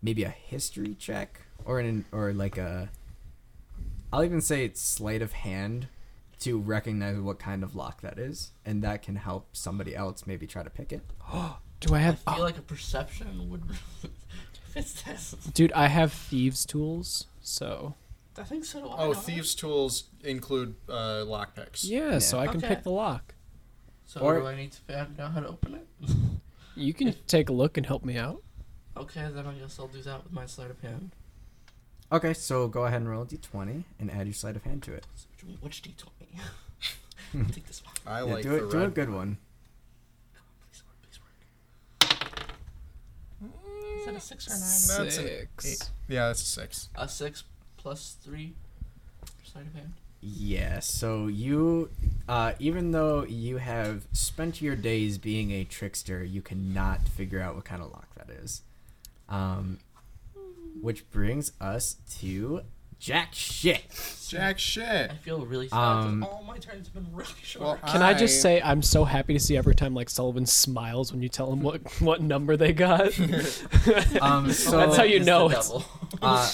maybe a history check or an or like a I'll even say it's sleight of hand to recognize what kind of lock that is, and that can help somebody else maybe try to pick it. Do I I have? feel Ah. oh, like a perception would. Fits this. dude, I have thieves' tools. So I think so. why Oh, not? thieves' tools include uh, lockpicks. yeah, so I can Okay. pick the lock. So or- do I need to find out how to open it? You can take a look and help me out. Okay, then I guess I'll do that with my sleight of hand. Okay, so go ahead and roll a d20 and add your sleight of hand to it. Which- Which D twenty? Hmm. I'll take this one. I yeah, like do the it. Do a red. good one. Come on, please work, please work. Is that a six or nine? That's an Six. Yeah, that's a six. A six plus three. for Sleight of hand. Yeah, so you, uh, even though you have spent your days being a trickster, you cannot figure out what kind of lock that is. Um, which brings us to Jack Shit. Jack shit. I feel really sad. 'cause Um, all my turns have been really short. Well, Can I just say I'm so happy to see every time like Sullivan smiles when you tell him what what number they got. Um, so, That's how you It's know the it's- devil. uh,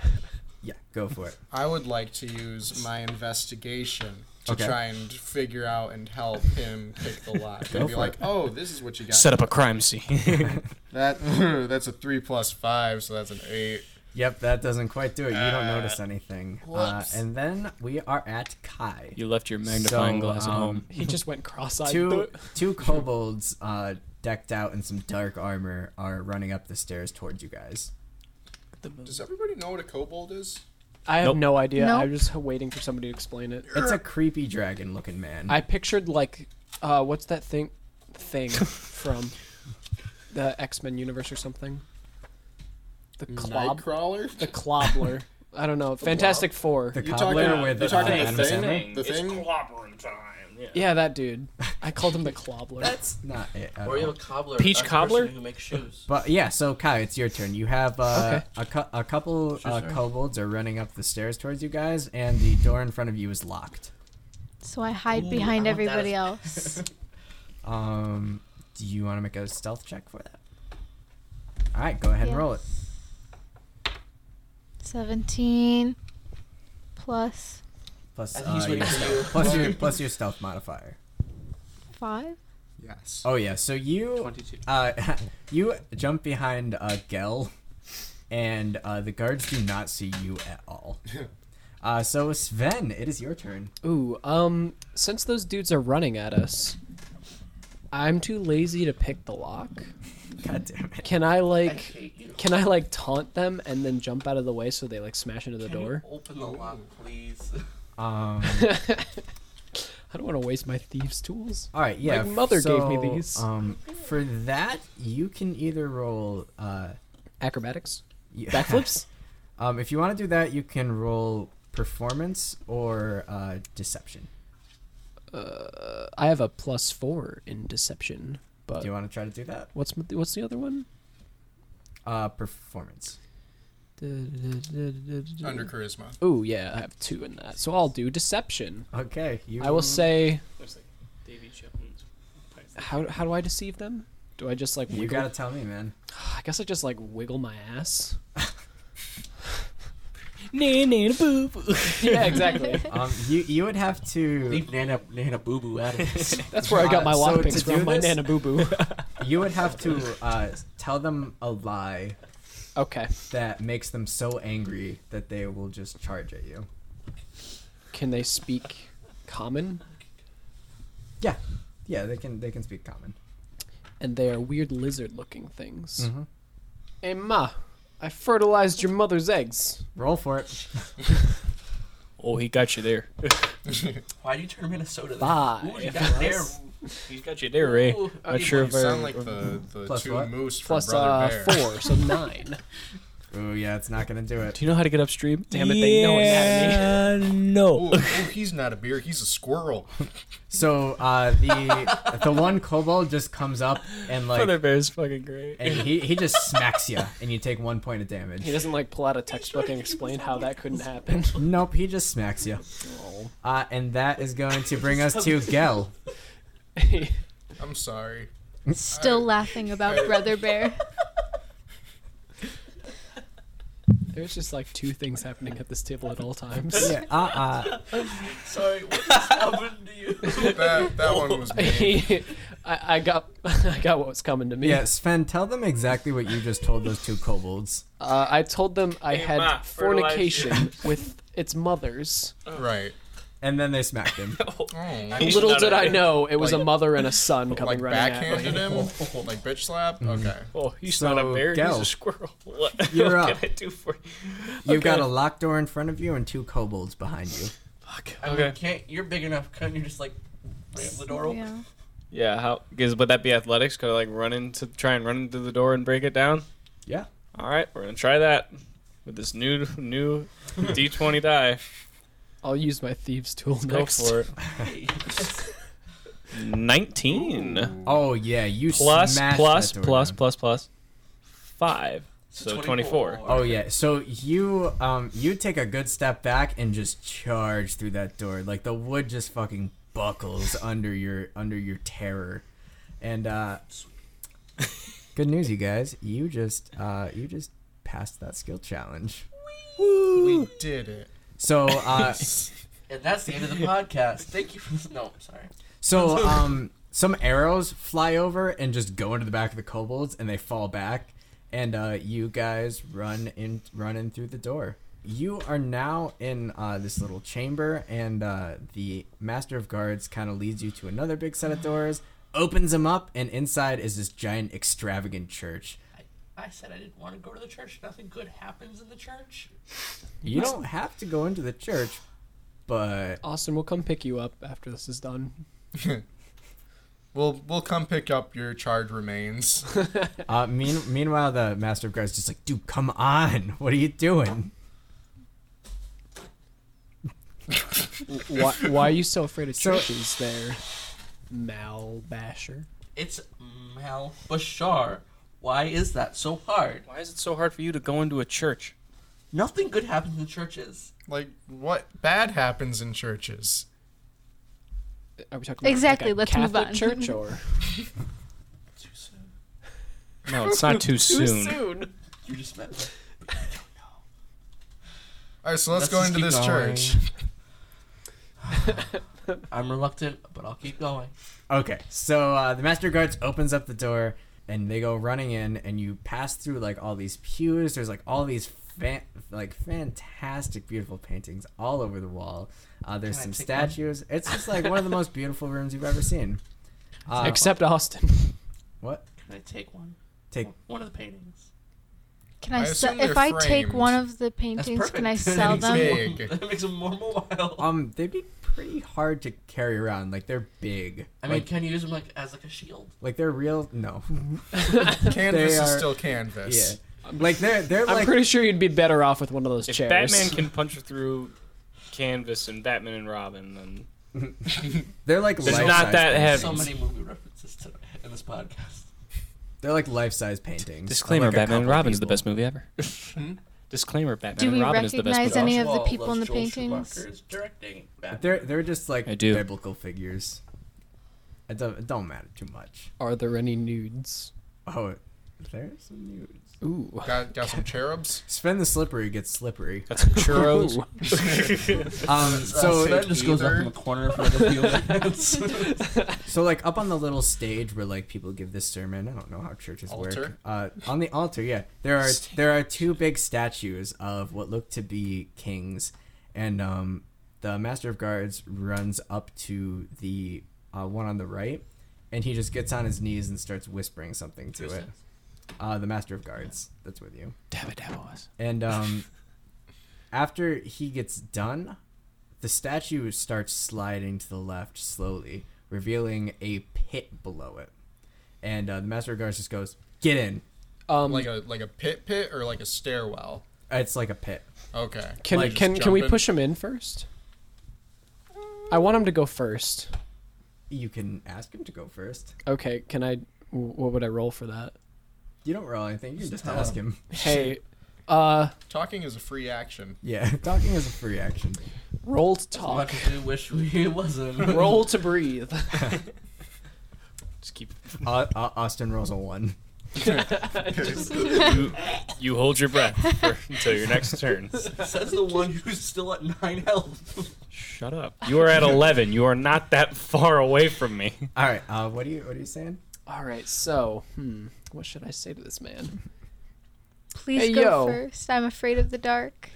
yeah, go for it. I would like to use my investigation to Okay. try and figure out and help him pick the lock. Go and be for like, it. oh, this is what you got. Set up a crime scene. That that's a three plus five, so that's an eight. Yep, that doesn't quite do it. You don't notice anything. Uh, whoops. and then we are at Kai. you left your magnifying So, glass at um, home. he just went cross-eyed. two two kobolds uh, decked out in some dark armor are running up the stairs towards you guys. Does everybody know what a kobold is? I have Nope. no idea. Nope. I'm just waiting for somebody to explain it. It's a creepy dragon looking man. I pictured like, uh, what's that thing, thing from the X Men universe or something? The clob, Nightcrawler. the clobbler. I don't know. Fantastic Four. the You talking- cobbler with the you talking Adam the thing? Sandler? The thing? clobbering time. yeah, that dude. I called him the clobbler. That's not it. at Or you all. have a cobbler. Peach a person cobbler? Who makes shoes? But yeah, so Kai, it's your turn. You have uh, Okay. a, cou- a couple Sure, uh, sure. kobolds are running up the stairs towards you guys, and the door in front of you is locked. So I hide Ooh, behind I want that as- everybody else. Um, do you want to make a stealth check for that? All right, go ahead and roll it. Yes. 17 plus Plus, I uh, think he's your waiting for you. stealth, plus your plus your stealth modifier. 5. Yes. Oh yeah, so you Twenty-two. uh, you jump behind uh, Gel, and uh, the guards do not see you at all. Uh, so Sven, it is your turn. Ooh, um, since those dudes are running at us, I'm too lazy to pick the lock. God damn it! Can I I like? hate you. Can I like taunt them and then jump out of the way so they like smash into the Can you door? Open the lock, please. Um, I don't want to waste my thieves' tools. all right, yeah. My mother gave me so, these. Um, for that, you can either roll uh, Acrobatics, you- backflips. um, if you want to do that, you can roll performance or uh, deception. I have a plus four in deception, but Do you want to try to do that? what's m- what's the other one? Uh, performance. Under charisma. Ooh, yeah, I have two in that, so I'll do deception. Okay, you. I will say, how how do I deceive them? Do I just like wiggle? You gotta tell me, man. I guess I just like wiggle my ass. Nah, nah, boo, boo. yeah, exactly. Um, you you would have to. Leave Nana, Nana Boo Boo out of this. That's where I got my Uh, so lockpicks to do from. My this- nana boo boo. You would have to uh, tell them a lie okay. that makes them so angry that they will just charge at you. Can they speak common? Yeah, yeah, they can they can speak common. and they are weird lizard looking things. Hey, Ma, I fertilized your mother's eggs. Roll for it. Oh, he got you there. Why do you turn Minnesota? then? Bye. Ooh, you got there. He's got you there, Ray. Ooh, Not sure You if I. sound like the, the Plus two what? moose from Plus Brother uh, Bear. four, so nine. Oh yeah, it's not gonna do it. Do you know how to get upstream? Damn it, they know anatomy. Yeah. No. Ooh, ooh, he's not a beer. He's a squirrel. So uh, the the one kobold just comes up and Brother like Bear's fucking great. and he, he just smacks you and you take one point of damage. He doesn't like pull out a textbook and explain how that couldn't happen. Nope, he just smacks you. Uh, and that is going to bring us to Gel. I'm sorry. Still laughing about Brother Bear. There's just like two things happening at this table at all times. Yeah, uh, uh, Sorry, what just happened to you? That that one was me. I, I got I got what was coming to me. yeah, Sven, tell them exactly what you just told those two kobolds. Uh, I told them I Hey, had Ma, fornication with its mothers. Right. And then they smacked him. Oh, He's Little not did a- I know it was Like- a mother and a son coming like running Mm-hmm. at backhanded me. him, like bitch slap. Okay. Oh, he's So, not a bear. He's Gel. a squirrel. What, You're what up. can I do for you? You've got a locked door in front of you and two kobolds behind you. Fuck. I mean, Okay. can't you're big enough? Couldn't you just like ram the door open? Yeah. Yeah. How? Is, would that be athletics? Could I like run into try and run into the door and break it down? Yeah. All right, we're gonna try that with this new new D20 die. I'll use my thieves tool Go next. for it. 19 Oh yeah, you plus smashed plus that door plus down. plus plus five. So 24. Oh yeah, so you um you take a good step back and just charge through that door. Like the wood just fucking buckles under your under your terror. And uh good news you guys, you just uh you just passed that skill challenge. We did it. So uh And that's the end of the podcast. Thank you for no. I'm Sorry. so um some arrows fly over and just go into the back of the kobolds and they fall back and uh you guys run in run in through the door. You are now in uh, this little chamber, and uh, the Master of Guards kind of leads you to another big set of doors, opens them up, and inside is this giant, extravagant church. I said I didn't want to go to the church. Nothing good happens in the church. You don't have to go into the church, but Austin, we'll come pick you up after this is done. We'll we'll come pick up your charred remains. uh, mean, meanwhile, the Master of Guards is just like, dude, come on, what are you doing? Why, why are you so afraid of So- churches there, Mal Basher? It's Mal Bashar. Why is that so hard? Why is it so hard for you to go into a church? Nothing good happens in churches. like what bad happens in churches? Are we talking about Exactly, Like a let's move Catholic on. Church or No, it's not too soon. You just met. All right, so Let's let's, go just into keep this going. church. I'm reluctant, but I'll keep going. Okay, so uh, the master guards opens up the door and they go running in, and you pass through like all these pews. There's like all these fan- like fantastic, beautiful paintings all over the wall. Uh, there's Can I some pick statues. It's just like one of the most beautiful rooms you've ever seen. Uh, except Austin? what? Can I take one? Take One of the paintings. Can I, I sell? assume If I they're take framed. one of the That's paintings, perfect. can I That sell makes them? Big. them more- That makes them more mobile. um, they'd be pretty hard to carry around. Like they're big. I mean, like, can you use them like as like a shield? like they're real. No. Canvas They is are- still yeah. canvas. Like they're they're I'm like pretty sure you'd be better off with one of those If chairs. Batman can punch through canvas and Batman and Robin, then they're like it's life-size not that paintings. heavy. So many movie references today in this podcast. They're like life size paintings. of, like, a couple people. movie ever. Disclaimer: Batman Do we recognize movie any ever. of the Joshua people in loves the Joel paintings? Schumacher is directing Batman. They're they're just like I do. biblical figures. It don't, it don't matter too much. Are there any nudes? Oh, there's some news. Ooh. Got got some cherubs. Spin the slippery gets slippery. That's churros. Um, So so that just goes up in the corner for like a few minutes. so like up on the little stage where like people give this sermon. I don't know how churches work. Altar? Uh, on the altar, yeah, there are there are two big statues of what look to be kings, and um, the master of guards runs up to the uh, one on the right, and he just gets on his knees and starts whispering something to it. Uh, the master of guards that's with you. And um, after he gets done, the statue starts sliding to the left slowly, revealing a pit below it. And uh, the master of guards just goes, "Get in." Um, Like a like a pit pit or like a stairwell. It's like a pit. Okay. can Like, can just can we jump in? push him in first? I want him to go first. You can ask him to go first. Okay, can I? wh- What would I roll for that? You don't roll anything. You can just ask him. Hey, uh, Talking is a free action. Yeah, talking is a free action. roll to talk. Much as we wish we it wasn't. roll to breathe. Just keep. Uh, uh, Austin rolls a one. You, you hold your breath for, until your next turn. Says the one who's still at nine health. Shut up. You are at 11. You are not that far away from me. All right. Uh, what are you What are you saying? All right, so hmm, what should I say to this man? Please Hey, go yo. first. I'm afraid of the dark.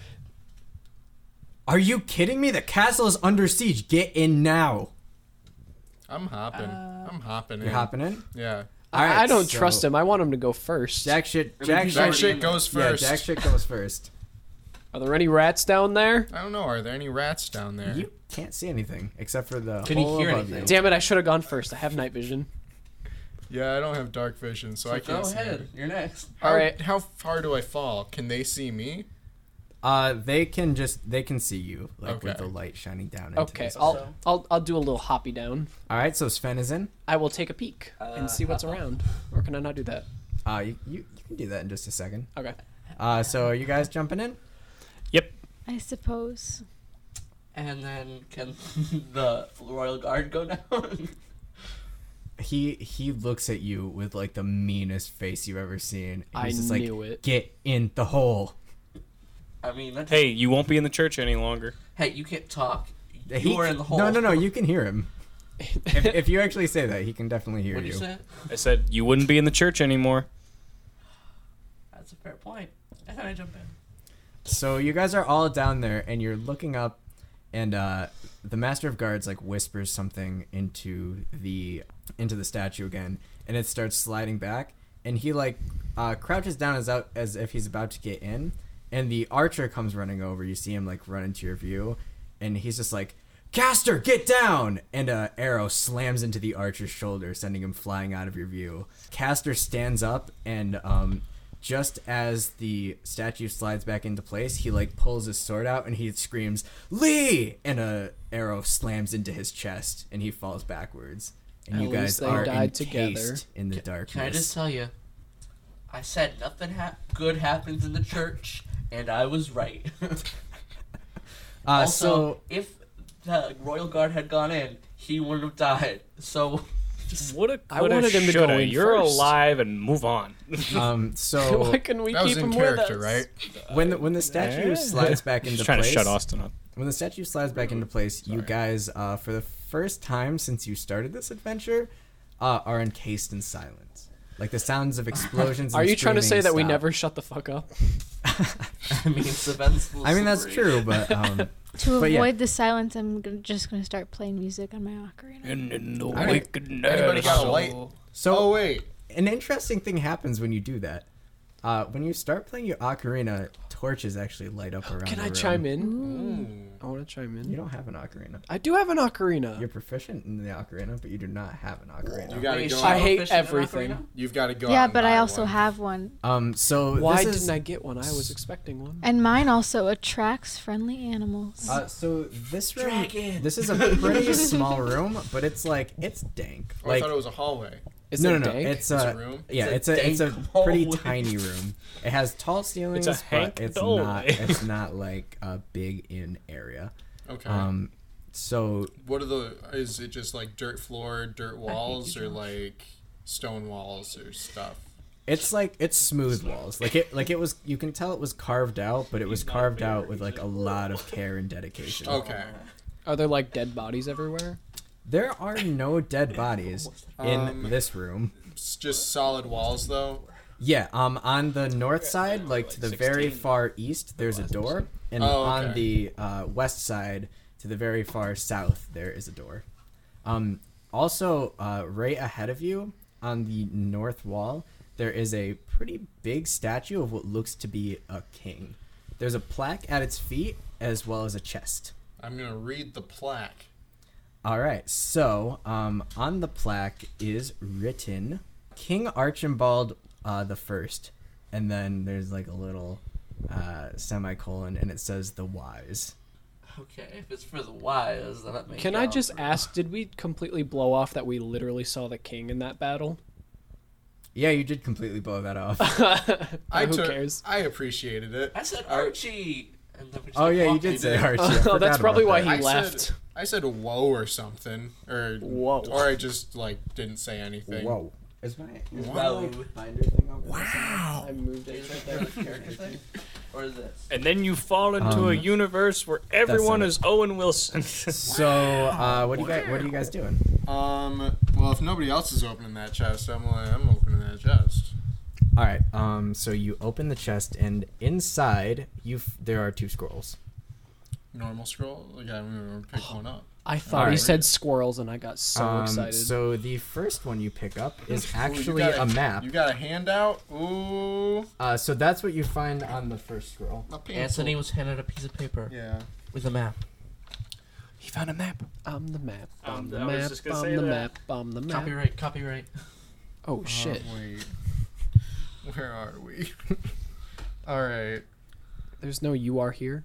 Are you kidding me? The castle is under siege. Get in now. I'm hopping. Uh, I'm hopping in. You're hopping in. Yeah. All right, I don't so- trust him. I want him to go first. Jack shit. Jack he's shit. That already shit goes Yeah, first. Jack shit goes first. Are there any rats down there? I don't know. Are there any rats down there? You can't see anything except for the Can you hole hear above anything? you. Damn it! I should have gone first. I have night vision. Yeah, I don't have dark vision, so I Go can't see. ahead. You're next. How, Alright. how far do I fall? Can they see me? Uh, they can just they can see you like with Okay. the light shining down. Into Okay, this. I'll So- I'll I'll do a little hoppy down. All right. So Sven is in. I will take a peek and see what's uh-huh. around. Or can I not do that? Uh, you, you you can do that in just a second. Okay. Uh, so are you guys jumping in? I suppose. And then can the royal guard go down? He he looks at you with like the meanest face you've ever seen. And I he's just knew like, it. Get in the hole. I mean, that's, Hey, you won't be in the church any longer. hey, you can't talk. You He- are in the hole. No no no. You can hear him. if, if you actually say that, he can definitely hear What'd you. you say? I said you wouldn't be in the church anymore. That's a fair point. And then I jump in. So you guys are all down there, and you're looking up, and uh, the master of guards like whispers something into the into the statue again, and it starts sliding back, and he like uh, crouches down as out as if he's about to get in, and the archer comes running over. You see him like run into your view, and he's just like. Caster, get down! And a arrow slams into the archer's shoulder, sending him flying out of your view. Caster stands up, and um, just as the statue slides back into place, he like pulls his sword out and he screams "Lee!" and a arrow slams into his chest, and he falls backwards. And At you least guys they are died died together. in the Can I just darkness. tell you? I said nothing hap- good happens in the church, and I was right. Uh, also, so if the royal guard had gone in, he wouldn't have died. So, just What a I wanted him to go in You're first. alive and move on. um, so Why couldn't we That keep was him with in character, us? right? when the when the statue slides back into Just trying place, to shut Austin up. when the statue slides back into place, you guys, uh, for the first time since you started this adventure, uh, are encased in silence. Like the sounds of explosions. Are and you trying to say screaming that we stop. never shut the fuck up? I mean, it's eventful. I mean that's true, but um, To But avoid yeah. the silence, I'm g- just going to start playing music on my ocarina. Anybody got a light? so Oh wait. an interesting thing happens when you do that. Uh, when you start playing your ocarina, torches actually light up around. Can the I room. chime in? I want to chime You in. don't have an ocarina. I do have an ocarina. You're proficient in the ocarina, but you do not have an ocarina. You gotta go. I hate everything. You've got to go. out Yeah, and but I buy also one. have one. um, so Why this is, didn't I get one? I was expecting one. And mine also attracts friendly animals. Uh, so this room, this is a pretty small room, but it's like it's dank. Oh, I like thought it was a hallway. Is no, it no, no. dank? It's It's a, a room? yeah. It's It's a a it's a, dank pretty hallway. tiny room. It has tall ceilings, Hank but it's doorway. not it's not like a big in area. Okay. Um, so what are the? Is it just like dirt floor, dirt walls, or like stone walls or stuff? it's like it's smooth walls. Like it like it was you can tell it was carved out, but it was carved out with like a lot of care and dedication. Okay. Are there like dead bodies everywhere? There are no dead bodies in Um, this room. It's just solid walls though. Yeah, um, on the north side, like to the very far east, there's a door, and Oh, on okay. the uh, west side, to the very far south, there is a door. Um, also, uh, right ahead of you, on the north wall, there is a pretty big statue of what looks to be a king. There's a plaque at its feet, as well as a chest. I'm gonna read the plaque. All right. So um, on the plaque is written King Archibald uh, the First, and then there's like a little uh, semicolon, and it says the wise. Okay, if it's for the wise, then that makes. Can I just ask, did we completely blow off that we literally saw the king in that battle? Yeah, you did completely blow that off. I who took- cares? I appreciated it. I said Archie. And then we just oh kept yeah, you walking. did say Archie. I oh, forgot that's about probably why that. he I left. Said, I said whoa or something, or Whoa. or I just like didn't say anything. Whoa. Is my is Wow. my binder thing over Wow. I moved it. Is that there the character thing? Or is this? And then you fall into a Um, universe where everyone not is Owen Wilson. So uh, what do you guys what are you guys doing? Um. Well, if nobody else is opening that chest, I'm like, I'm opening that chest. All right. Um. So you open the chest, and inside you f- there are two scrolls. Normal scroll. Like I'm gonna pick one up. I thought he Alright. said squirrels, and I got so um, excited. So the first one you pick up is Ooh, you actually got a map. You got a handout. Ooh. Uh, so that's what you find on the first scroll. A pencil. Anthony was handed a piece of paper Yeah. Oh, with a map. he found a map. I'm the map. I'm Um, the I was map. just gonna I'm say the that. map. I'm the map. Copyright, copyright. Oh Oh, shit! wait. Where are we? All right. There's no you are here.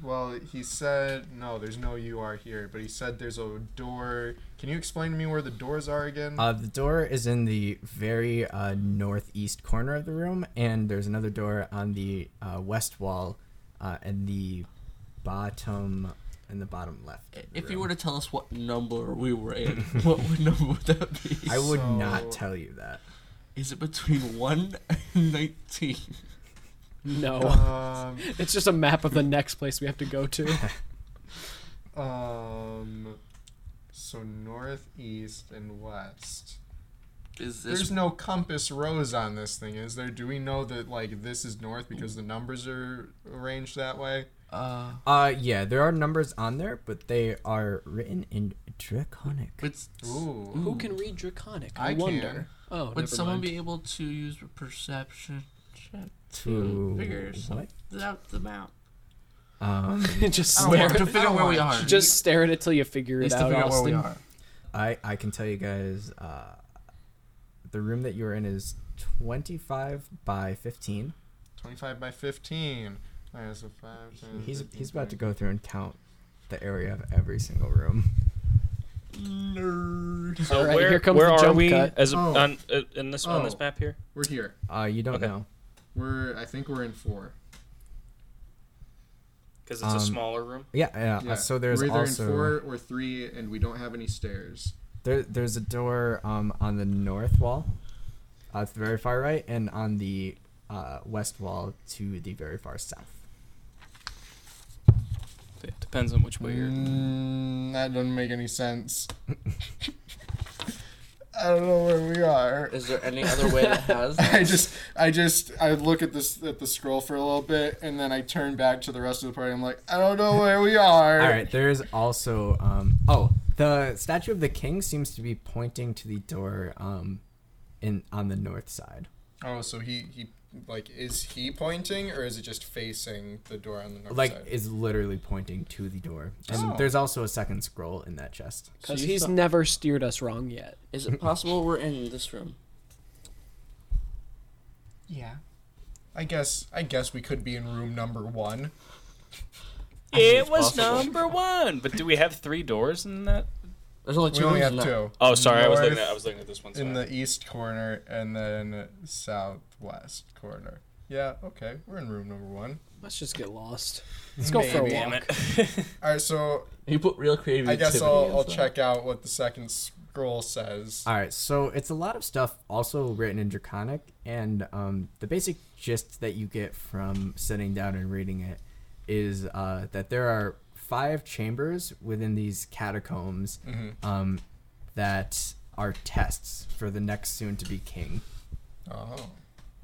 Well, he said no. There's no you are here, but he said there's a door. Can you explain to me where the doors are again? Uh, the door is in the very uh, northeast corner of the room, and there's another door on the uh, west wall, uh, in the bottom, in the bottom left. of the If you room. were to tell us what number we were in, what would number would that be? I would So- not tell you that. Is it between 1 and 19? No, um. it's just a map of the next place we have to go to. Um. So northeast and west. Is this There's no compass rose on this thing, is there? Do we know that like this is north because the numbers are arranged that way? uh Uh, yeah, there are numbers on there, but they are written in draconic. it's Ooh. Who can read Draconic? I, I wonder. Oh, Would never someone mind. be able to use a perception check To to figure something what? out the map? Um, just Oh, I don't stare. wanna- To figure I out don't where we wanna are. cheat. Just stare at it till you figure it Is to out, figure out where Austin. we are. I I can tell you guys, uh, the room that you're in is 25 by 15. 25 by 15. All right, so five, He- 10, He's 15, he's about to go through and count the area of every single room. Nerd. So Alright, where, here comes where the are jump we cut. as a, Oh. on uh, in this on this Oh. map here? We're here. Uh, you don't Okay. know. We're I think we're in 4. Because it's Um, a smaller room. Yeah, yeah. uh, so there's we're either also in 4 or 3 and we don't have any stairs. there there's a door um on the north wall, uh, at the very far right, and on the uh, west wall to the very far south. It depends on which way you're. Mm, that doesn't make any sense. I don't know where we are. Is there any other way that has that? I just, I just, I look at this at the scroll for a little bit, and then I turn back to the rest of the party. I'm like, I don't know where we are. All right. There is also um oh the statue of the king seems to be pointing to the door um in on the north side. Oh, so he he like is he pointing or is it just facing the door on the north Like side? is literally pointing to the door. And Oh. there's also a second scroll in that chest. Because So you he's thought- never steered us wrong yet. Is it possible we're in this room? Yeah. I guess I guess we could be in room number one. It was number one. But do we have three doors in that? There's only We two only rooms in have that. two. Oh, sorry. I was North looking. At, I was looking at this one. in side. the east corner and then southwest corner. Yeah. Okay, we're in room number one. Let's just get lost. Let's go for a Damn walk. it. All right, so You put real creative. I guess I'll, I'll check out what the second scroll says. All right, so it's a lot of stuff also written in Draconic, and um, the basic gist that you get from sitting down and reading it is uh, that there are five chambers within these catacombs um, that are tests for the next soon-to-be king, Oh.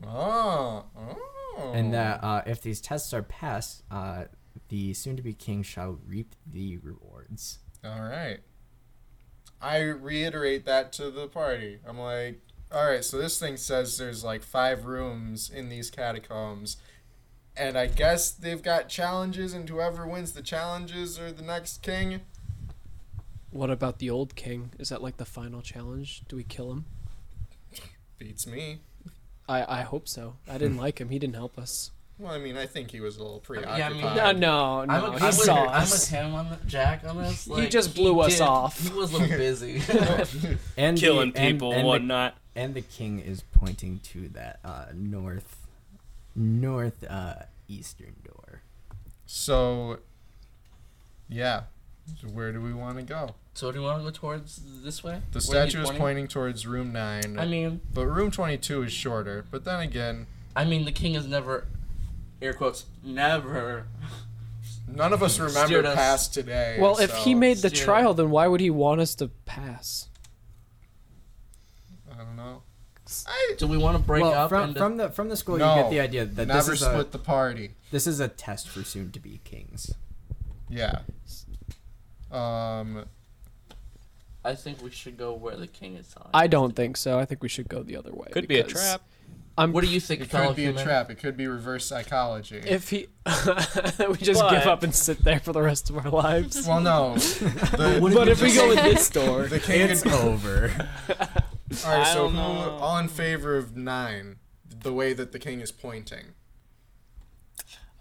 Oh. Oh. and that uh, if these tests are passed, uh, the soon-to-be king shall reap the rewards. All right. I reiterate that to the party. I'm like, all right, so this thing says there's like five rooms in these catacombs. And I guess they've got challenges, and whoever wins the challenges are the next king. What about the old king? Is that like the final challenge? Do we kill him? Beats me. I, I hope so. I Hmm. didn't like him. He didn't help us. Well, I mean, I think he was a little preoccupied. Yeah, I mean- No, no, no. I'm, with- he I'm, with, saw I'm with us. him on the Jack on this. He Like, just blew us did- off. He was a little busy. And the- killing and- people and and the- whatnot. and the king is pointing to that uh, north north uh, eastern door. So, yeah. So where do we want to go? so do you want to go towards this way? The Where he's statue is pointing towards room 9. I mean, but room 22 is shorter. But then again, I mean, the king has never, air quotes, never. none of us remember Steered us. past today. Well, if he so- made the Steer. trial, then why would he want us to pass? I don't know. I Do we want to break Well, up? from, into- from the from the school, no, you get the idea that this never is split a the party. this is a test for soon to be kings. Yeah. Um. I think we should go where the king is. Telling. I don't think so. I think we should go the other way. Could be a because trap. I'm, What do you think, It fellow could be a human? trap. It could be reverse psychology. If he, we just But- give up and sit there for the rest of our lives. well, no. The, but if we go in this door, the king It's could- over. All right, I so don't who know. all in favor of nine? The way that the king is pointing.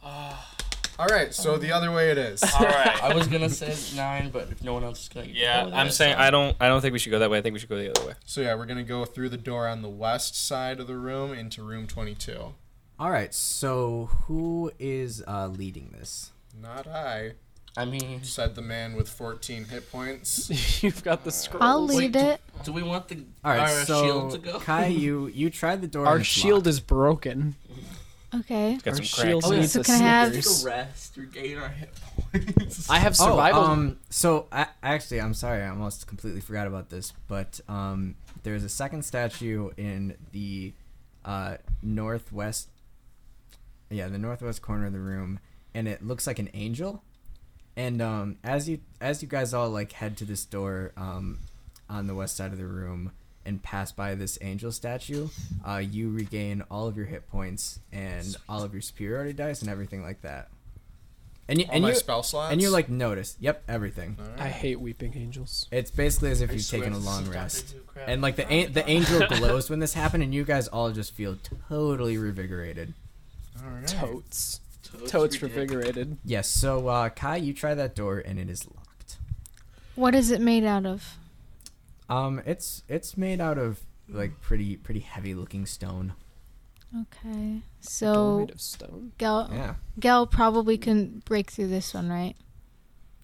Ah. all right, so the other way it is. All right. I was gonna say nine, but if no one else is gonna. Yeah, go there, I'm saying so- I don't. I don't think we should go that way. I think we should go the other way. So yeah, we're gonna go through the door on the west side of the room into room 22. All right, so who is uh, leading this? Not I," I mean, said the man with 14 hit points. you've got the scroll. I'll lead do- it. do we want the All right, our so shield to go? Kai, you you tried the door. Our and it's shield locked. is broken. Okay. It's got Our some cracks. shield Oh, yeah. needs So a can I have- Take Snickers. a rest. Regain our hit points. I have Oh, survival. um, so I, actually, I'm sorry, I almost completely forgot about this, but um, there's a second statue in the uh, northwest, yeah, the northwest corner of the room, and it looks like an angel. And um, as you as you guys all like head to this door um, on the west side of the room and pass by this angel statue, uh, you regain all of your hit points and all of your superiority dice and everything like that. And you, All and my you, spell slots. and you like notice. Yep, everything. I hate weeping angels. It's basically as if I you've swear taken a this is long Doctor rest. Who crap. And like the an- the angel glows when this happened, and you guys all just feel totally revigorated. All right. Totes. Totes Totes regain. revigorated. Yes. So uh, Kai, you try that door, and it is locked. What is it made out of? Um, it's it's made out of like pretty pretty heavy looking stone. Okay. Door So made of stone. Oh. Gal Yeah, Gal probably couldn't break through this one, right?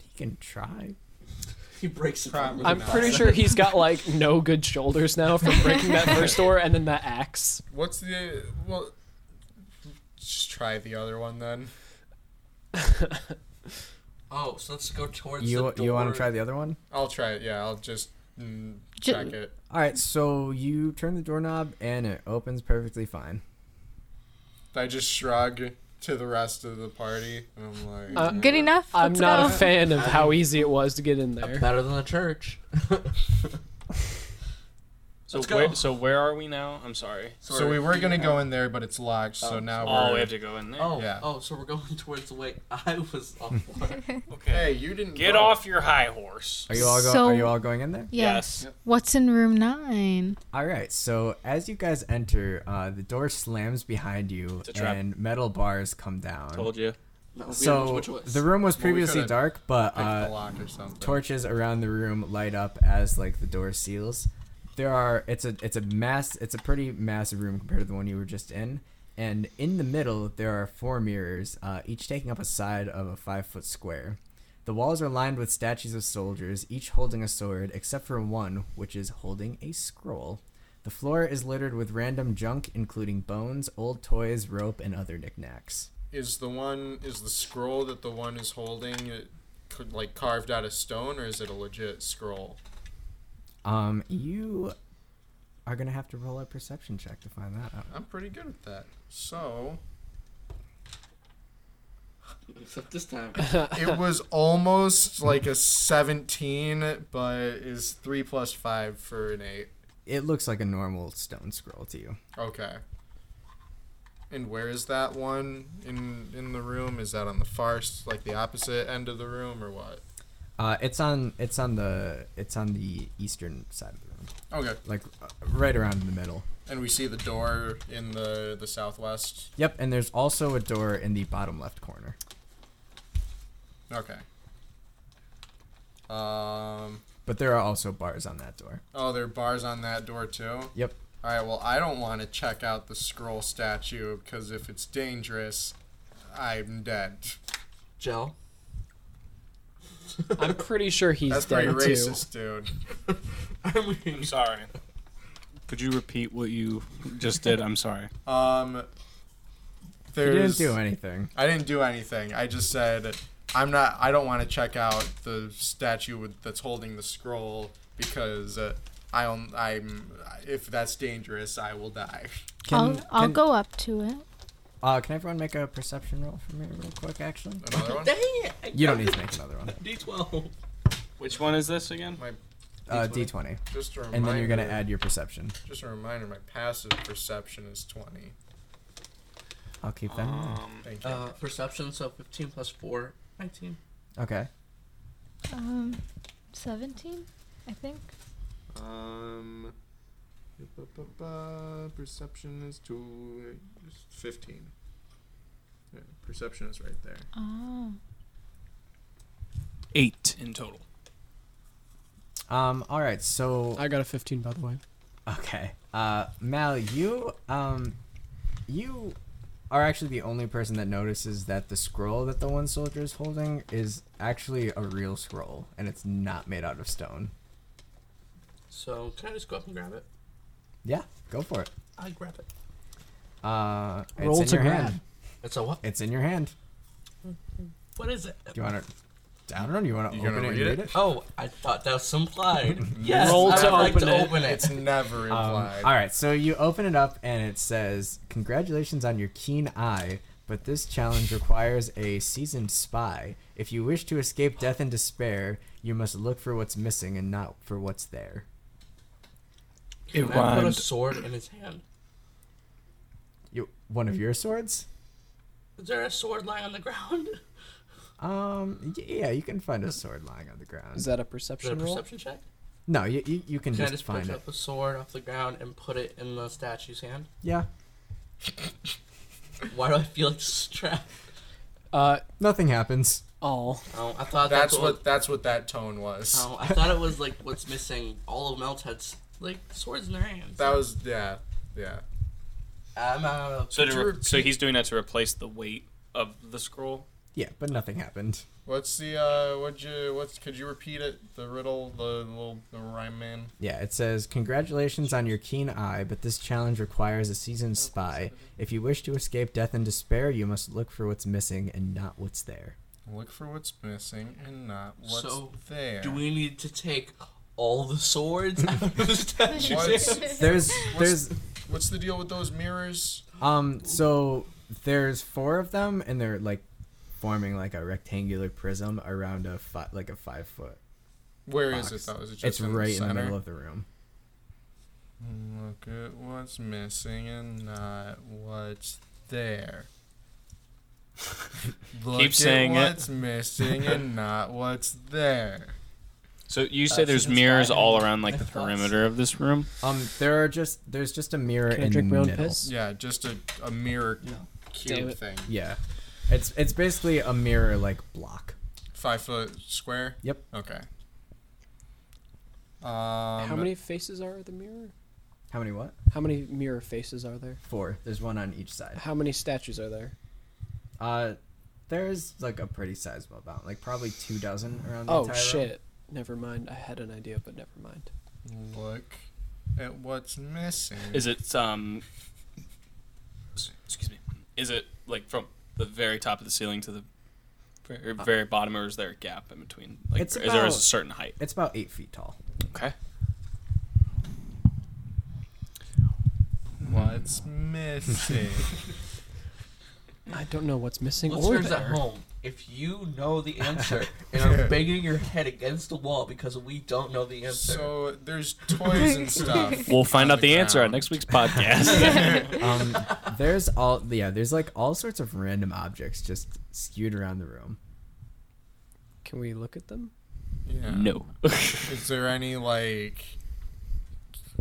you can try. He breaks the Probably I'm not. pretty sure he's got like no good shoulders now from breaking that first door and then that axe. What's the well? Just try the other one then. Oh, so let's go towards the You door. you want to try the other one? I'll try it. Yeah, I'll just mm, Ju- check it. All right. So you turn the doorknob, and it opens perfectly fine. I just shrug to the rest of the party, and I'm like, Uh, Good enough. I'm Let's not a go. fan of how easy it was to get in there. Uh, Better than the church. So Let's go. where? So where are we now? I'm sorry. So we were gonna go in there, but it's locked. So Oh. now we're. Oh, we have to go in there. Oh, Yeah. oh, so we're going towards the way I was off. Hey, you didn't Get vote. off your high horse. Are you all go- So- are you all going in there? Yeah. What's in room nine? All right. So as you guys enter, uh, the door slams behind you, a trap. and metal bars come down. Told you. No, we So have no choice. the room was Well, we previously could've dark, but Pick the uh, lock or something. torches around the room light up as like the door seals. There are it's a it's a mass it's a pretty massive room compared to the one you were just in, and in the middle there are four mirrors, uh, each taking up a side of a five foot square. The walls are lined with statues of soldiers, each holding a sword, except for one, which is holding a scroll. The floor is littered with random junk, including bones, old toys, rope, and other knickknacks. Is the one is the scroll that the one is holding it, could- like carved out of stone, or is it a legit scroll? Um, you are gonna have to roll a perception check to find that out. I'm pretty good at that. So Except this time. it was almost like a 17, but is three plus five for an eight. It looks like a normal stone scroll to you. Okay. And where is that one in in the room? Is that on the far s- like the opposite end of the room or what? Uh, it's on. It's on the. It's on the eastern side of the room, Okay. like uh, right around in the middle. And we see the door in the the southwest. Yep. And there's also a door in the bottom left corner. Okay. Um. But there are also bars on that door. Oh, there are bars on that door too. Yep. All right. Well, I don't want to check out the scroll statue because if it's dangerous, I'm dead. Gel. I'm pretty sure he's That's pretty dead too. racist, dude. I mean, I'm sorry. Could you repeat what you just did? I'm sorry. Um. You didn't There's. do anything. I didn't do anything. I just said I'm not. I don't want to check out the statue with, that's holding the scroll because uh, I don't, I'm. If that's dangerous, I will die. Can I'll, I'll can, go up to it. uh, can everyone make a perception roll for me real quick? Actually, Another one. dang it! I you don't got need to make another one. D12. Which one is this again? Uh, D twenty, Just a reminder. and then you're gonna add your perception. Just a reminder. My passive perception is 20. I'll keep that in mind. Um, Thank you. Uh, perception, so 15 plus 4, 19. Okay. Um, 17, I think. Um, ba-ba-ba, perception is two, it's fifteen. Yeah, perception is right there. Oh. Eight in total. Um. All right. So I got a 15 by the way. Okay. Uh, Mal, you um, you are actually the only person that notices that the scroll that the one soldier is holding is actually a real scroll, and it's not made out of stone. So, can I just go up and grab it? Yeah, go for it. I grab it. Uh, Roll it's to in your grab. hand. It's a what? It's in your hand. What is it? Do you want to? I don't know. Do you want to You gonna open it and read read it? it? Oh, I thought that was implied. yes, Roll I to would like open to it. open it. It's never Um, implied. all right, so you open it up and it says, "Congratulations on your keen eye, but this challenge requires a seasoned spy. If you wish to escape death and despair, you must look for what's missing and not for what's there." It Can I put a rhymed. sword in his hand. You one Hmm. of your swords? Is there a sword lying on the ground? Is Um, y- yeah, you can find a sword lying on the Is ground. that a that perception a roll? perception check? No, you you, you can Can I just, just pick find it. up a sword off the ground and put it in the statue's hand? Yeah, Why do I feel like strapped? Uh nothing happens. oh. Oh, I thought that's what that's what that tone was. Oh, I thought it was like what's missing. All of them else had s- like swords in their hands. That was yeah, yeah. I'm out of. So, to re- Sure. so he's doing that to replace the weight of the scroll. Yeah, but nothing happened. What's the uh? What you what's? Could you repeat it? The riddle, the little the rhyme man. Yeah, it says, Congratulations on your keen eye, but this challenge requires a seasoned spy. If you wish to escape death and despair, you must look for what's missing and not what's there. Look for what's missing and not what's So, there. Do we need to take all the swords out of the statue's hand? There's there's what's the deal with those mirrors? um so there's four of them and they're like forming like a rectangular prism around a fi- like a five foot. Where is Box. it though? Is it just It's in right the in the center? middle of the room. Look at what's missing and not what's there. Look Keep saying at it. what's missing and not what's there. So you say Uh, there's season's mirrors fine. all around like the That's awesome. perimeter of this room. Um there are just there's just a mirror Can I in drink the my own middle. piss? Yeah, just a, a mirror Damn cube it. thing. Yeah. It's it's basically a mirror like block. Five foot square? Yep. Okay. Um, How many faces are the mirror? How many what? How many mirror faces are there? Four. There's one on each side. How many statues are there? Uh, there's like a pretty sizable amount, like probably two dozen around. The Oh entire room. shit. Never mind. I had an idea, but never mind. Look at what's missing. Is it um? s- Excuse me. Is it like from the very top of the ceiling to the very, Uh. very bottom, or is there a gap in between? Like, It's is there a about- certain height? It's about eight feet tall. Okay. what's missing? I don't know what's missing or Listeners at there. home, if you know the answer and are banging your head against the wall because we don't know the answer, so there's toys and stuff. We'll find on out the answer on ground. next week's podcast. Um, there's all yeah, there's like all sorts of random objects just skewed around the room. Can we look at them? Yeah. No. Is there any like?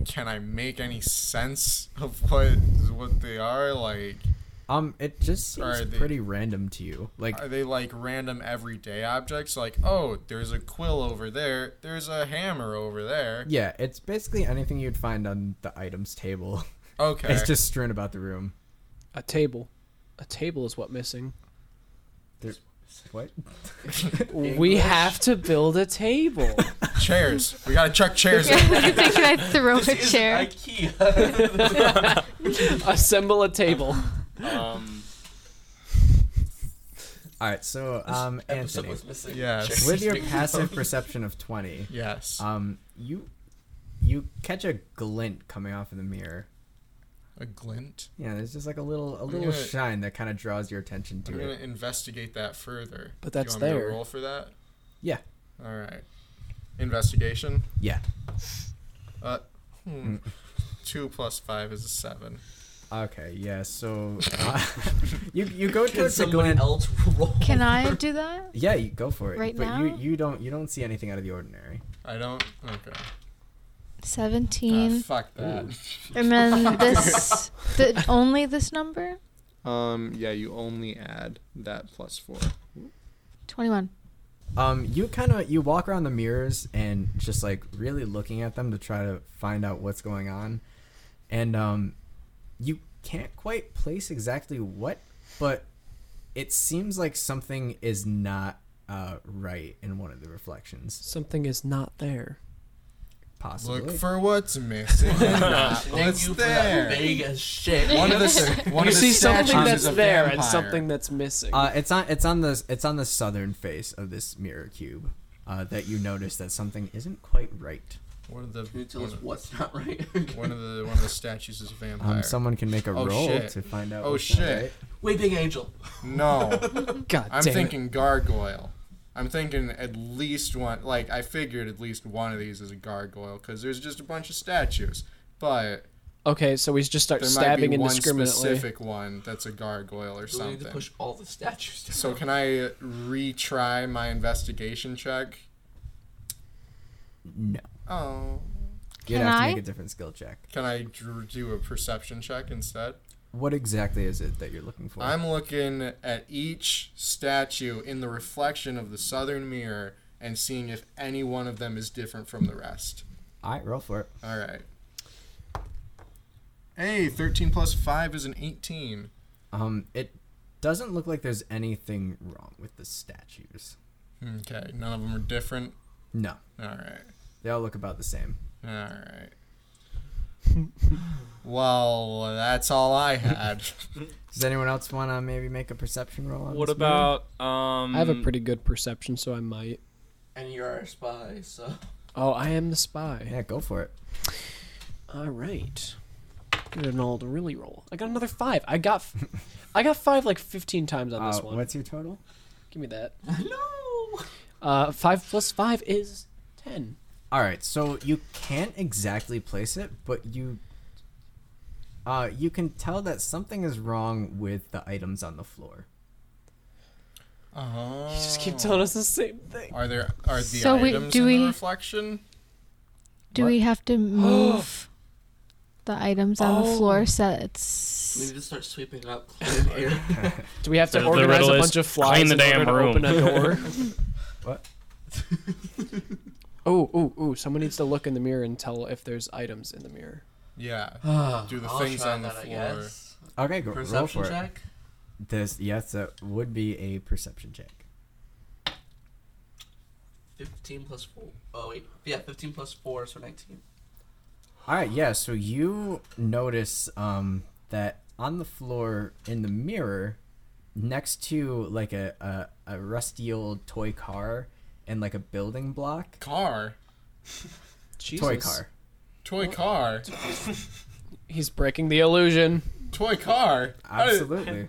Can I make any sense of what what they are like? Um, it just Are seems they- pretty random to you. Like, are they like random everyday objects? Like, oh, there's a quill over there. There's a hammer over there. yeah, it's basically anything you'd find on the items table. Okay. it's just strewn about the room. A table. A table is what missing. There, what? We have to build a table. chairs. We gotta chuck chairs. Yeah, I was thinking I'd throw a This is chair. IKEA. Assemble a table. Um, All right, so um, Episode Anthony, was missing. Yes. Chairs. with your passive perception of twenty, Yes. um, you you catch a glint coming off of the mirror. a glint. Yeah, there's just like a little a little gonna- shine that kind of draws your attention I'm to gonna it. investigate that further. But Do you that's want me to there. roll for that. Yeah, All right. Investigation. yeah. Uh, hmm. two plus five is a seven. Okay, yeah. So uh, you you go Can towards the someone glint. else roll? Can I do that? Yeah, you go for it. Right but now? you you don't you don't see anything out of the ordinary. I don't. Okay. Ah, 17. fuck that. And then this, the, only this number? Um. Yeah. You only add that plus four. 21. Um, you kind of you walk around the mirrors and just like really looking at them to try to find out what's going on, and um, you can't quite place exactly what, but it seems like something is not uh right in one of the reflections. Something is not there. Possibly. Look for what's missing. and not Thank what's you there. for that vague as shit. One of the one You of the see something statues that's is a there and vampire. something that's missing. Uh, it's on it's on the it's on the southern face of this mirror cube, uh, that you notice that something isn't quite right. One of the Can you tell one us of- what's not right? one of the one of the statues is a vampire. Um, someone can make a Oh, roll shit. to find out. Oh, what's not shit. right. Wait, big angel. No, God I'm damn thinking gargoyle. I'm thinking at least one. Like I figured at least one of these is a gargoyle because there's just a bunch of statues. But it. Okay, so we just start there might stabbing be one indiscriminately. specific one that's a gargoyle or Do we need to something. push all the statues down? So can I retry my investigation check? No, Oh. you'd Can have to I? make a different skill check. Can I dr- do a perception check instead? What exactly is it that you're looking for? I'm looking at each statue in the reflection of the southern mirror and seeing if any one of them is different from the rest. All right, roll for it. All right. Hey, 13 plus 5 is an 18. Um, it doesn't look like there's anything wrong with the statues. Okay, none of them are different. No, All right. they all look about the same. All right. Well, that's all I had. Does anyone else want to maybe make a perception roll? On what this mirror? about um? I have a Hmm. pretty good perception, so I might. And you're our spy, so. Oh, I am the spy. Yeah, go for it. All right. Give it an old really roll. I got another five. I got, f- I got five like fifteen times on Uh, this one. what's your total? Give me that. No! Uh, five plus five is ten. All right, so you can't exactly place it, but you, uh, you can tell that something is wrong with the items on the floor. Oh. Uh-huh. You just keep telling us the same thing. Are there are the So wait, items do in we- the reflection? Do What? we have to move the items on the floor so that We need it's. to start sweeping up clean air. Do we have to The- the organize riddle a is bunch of flies clean the in damn order room. to open a door? What? oh, oh, oh! Someone needs to look in the mirror and tell if there's items in the mirror. Yeah. Do the I'll things try on the that, I floor. guess. Okay, go, roll Perception for it. check. This yes, that would be a perception check. 15 plus 4. Oh, wait. Yeah, 15 plus 4, so 19. All right, yeah. So you notice um, that on the floor in the mirror, next to like a, a a rusty old toy car and like a building block, Car. Jesus. toy car. Toy car. He's breaking the illusion. Toy car. How did- Absolutely.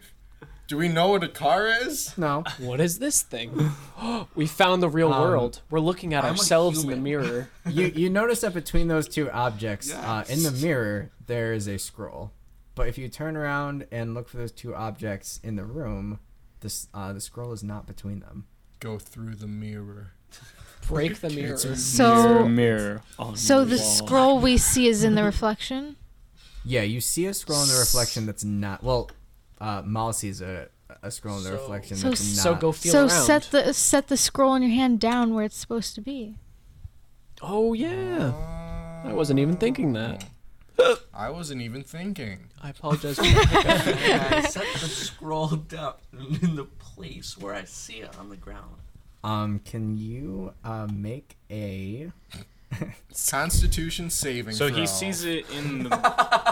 Do we know what a car is? No. What is this thing? we found the real Um, world. We're looking at I'm a ourselves in the human. mirror. You you notice that between those two objects, uh, in the mirror there is a scroll, but if you turn around and look for those two objects in the room, this uh, the scroll is not between them. Go through the mirror. Break the mirror. So, mirror on so the the wall. scroll we see is in the reflection. Yeah, you see a scroll in the reflection that's not. Well, uh, Mal sees a, a scroll in the reflection so that's not. so go feel so around. set the set the scroll in your hand down where it's supposed to be. oh yeah, I wasn't even thinking that. I wasn't even thinking. I apologize. For that. And I set the scroll down in the place where I see it on the ground. Um, can you uh, make a? Constitution saving. So throw. he sees it in the.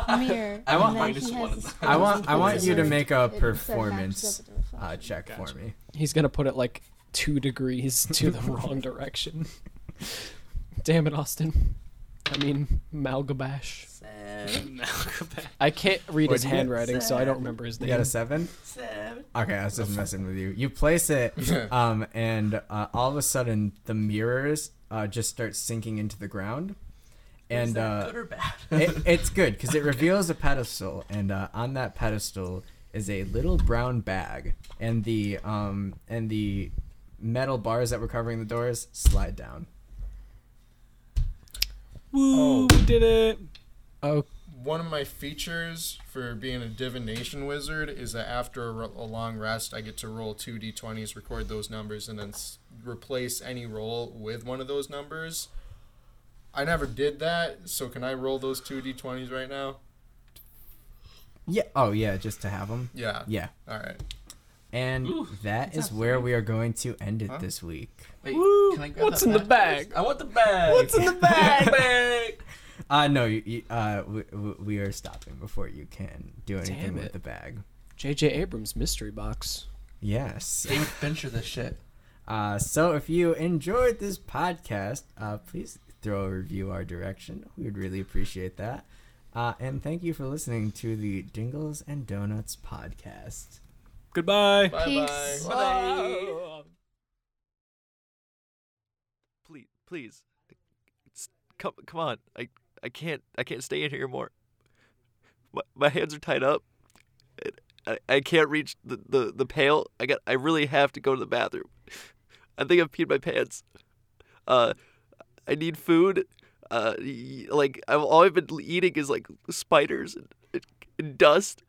Mirror. I want and then minus he one has- of those. I want I want you to make a it sort of matches performance up with the uh, reflection. check for me. He's gonna put it like two degrees to the wrong direction. Damn it, Austin. I mean, Malgabash. Seven, I can't read What'd his you get? handwriting, so I don't remember his You name. got a seven. seven. Okay, I was just messing with you. You place it, um, and uh, all of a sudden the mirrors uh, just start sinking into the ground, and Is that uh, good or bad? it, it's good because it reveals a pedestal, and uh, on that pedestal is a little brown bag, and the um and the metal bars that were covering the doors slide down. Woo, we did it. oh, One of my features for being a divination wizard is that after a, ro- a long rest, I get to roll two d20s, record those numbers, and then s- replace any roll with one of those numbers. I never did that, so can I roll those two d20s right now? Yeah. Oh yeah, just to have them. Yeah. Yeah. All right. And that is where we are going to end it Huh? this week. Wait, can I grab what's that in the bag? first? I want the bag. What's in the bag? bag. Uh no, you, you, uh we, we- we are stopping before you can do anything Damn with it. the bag. J.J. Abrams mystery box. Yes. They would venture this shit. Uh, so if you enjoyed this podcast, uh, please throw a review our direction. We would really appreciate that. Uh, and thank you for listening to the Dingles and Donuts podcast. Goodbye. Bye bye. Peace. Oh. Please, please, It's- come, come on. I, I can't, I can't stay in here more. My, my hands are tied up. It- I, I can't reach the, the, the pail. I got, I really have to go to the bathroom. I think I've peed my pants. Uh, I need food. Uh, y- like I've all I've been eating is like spiders and, and dust.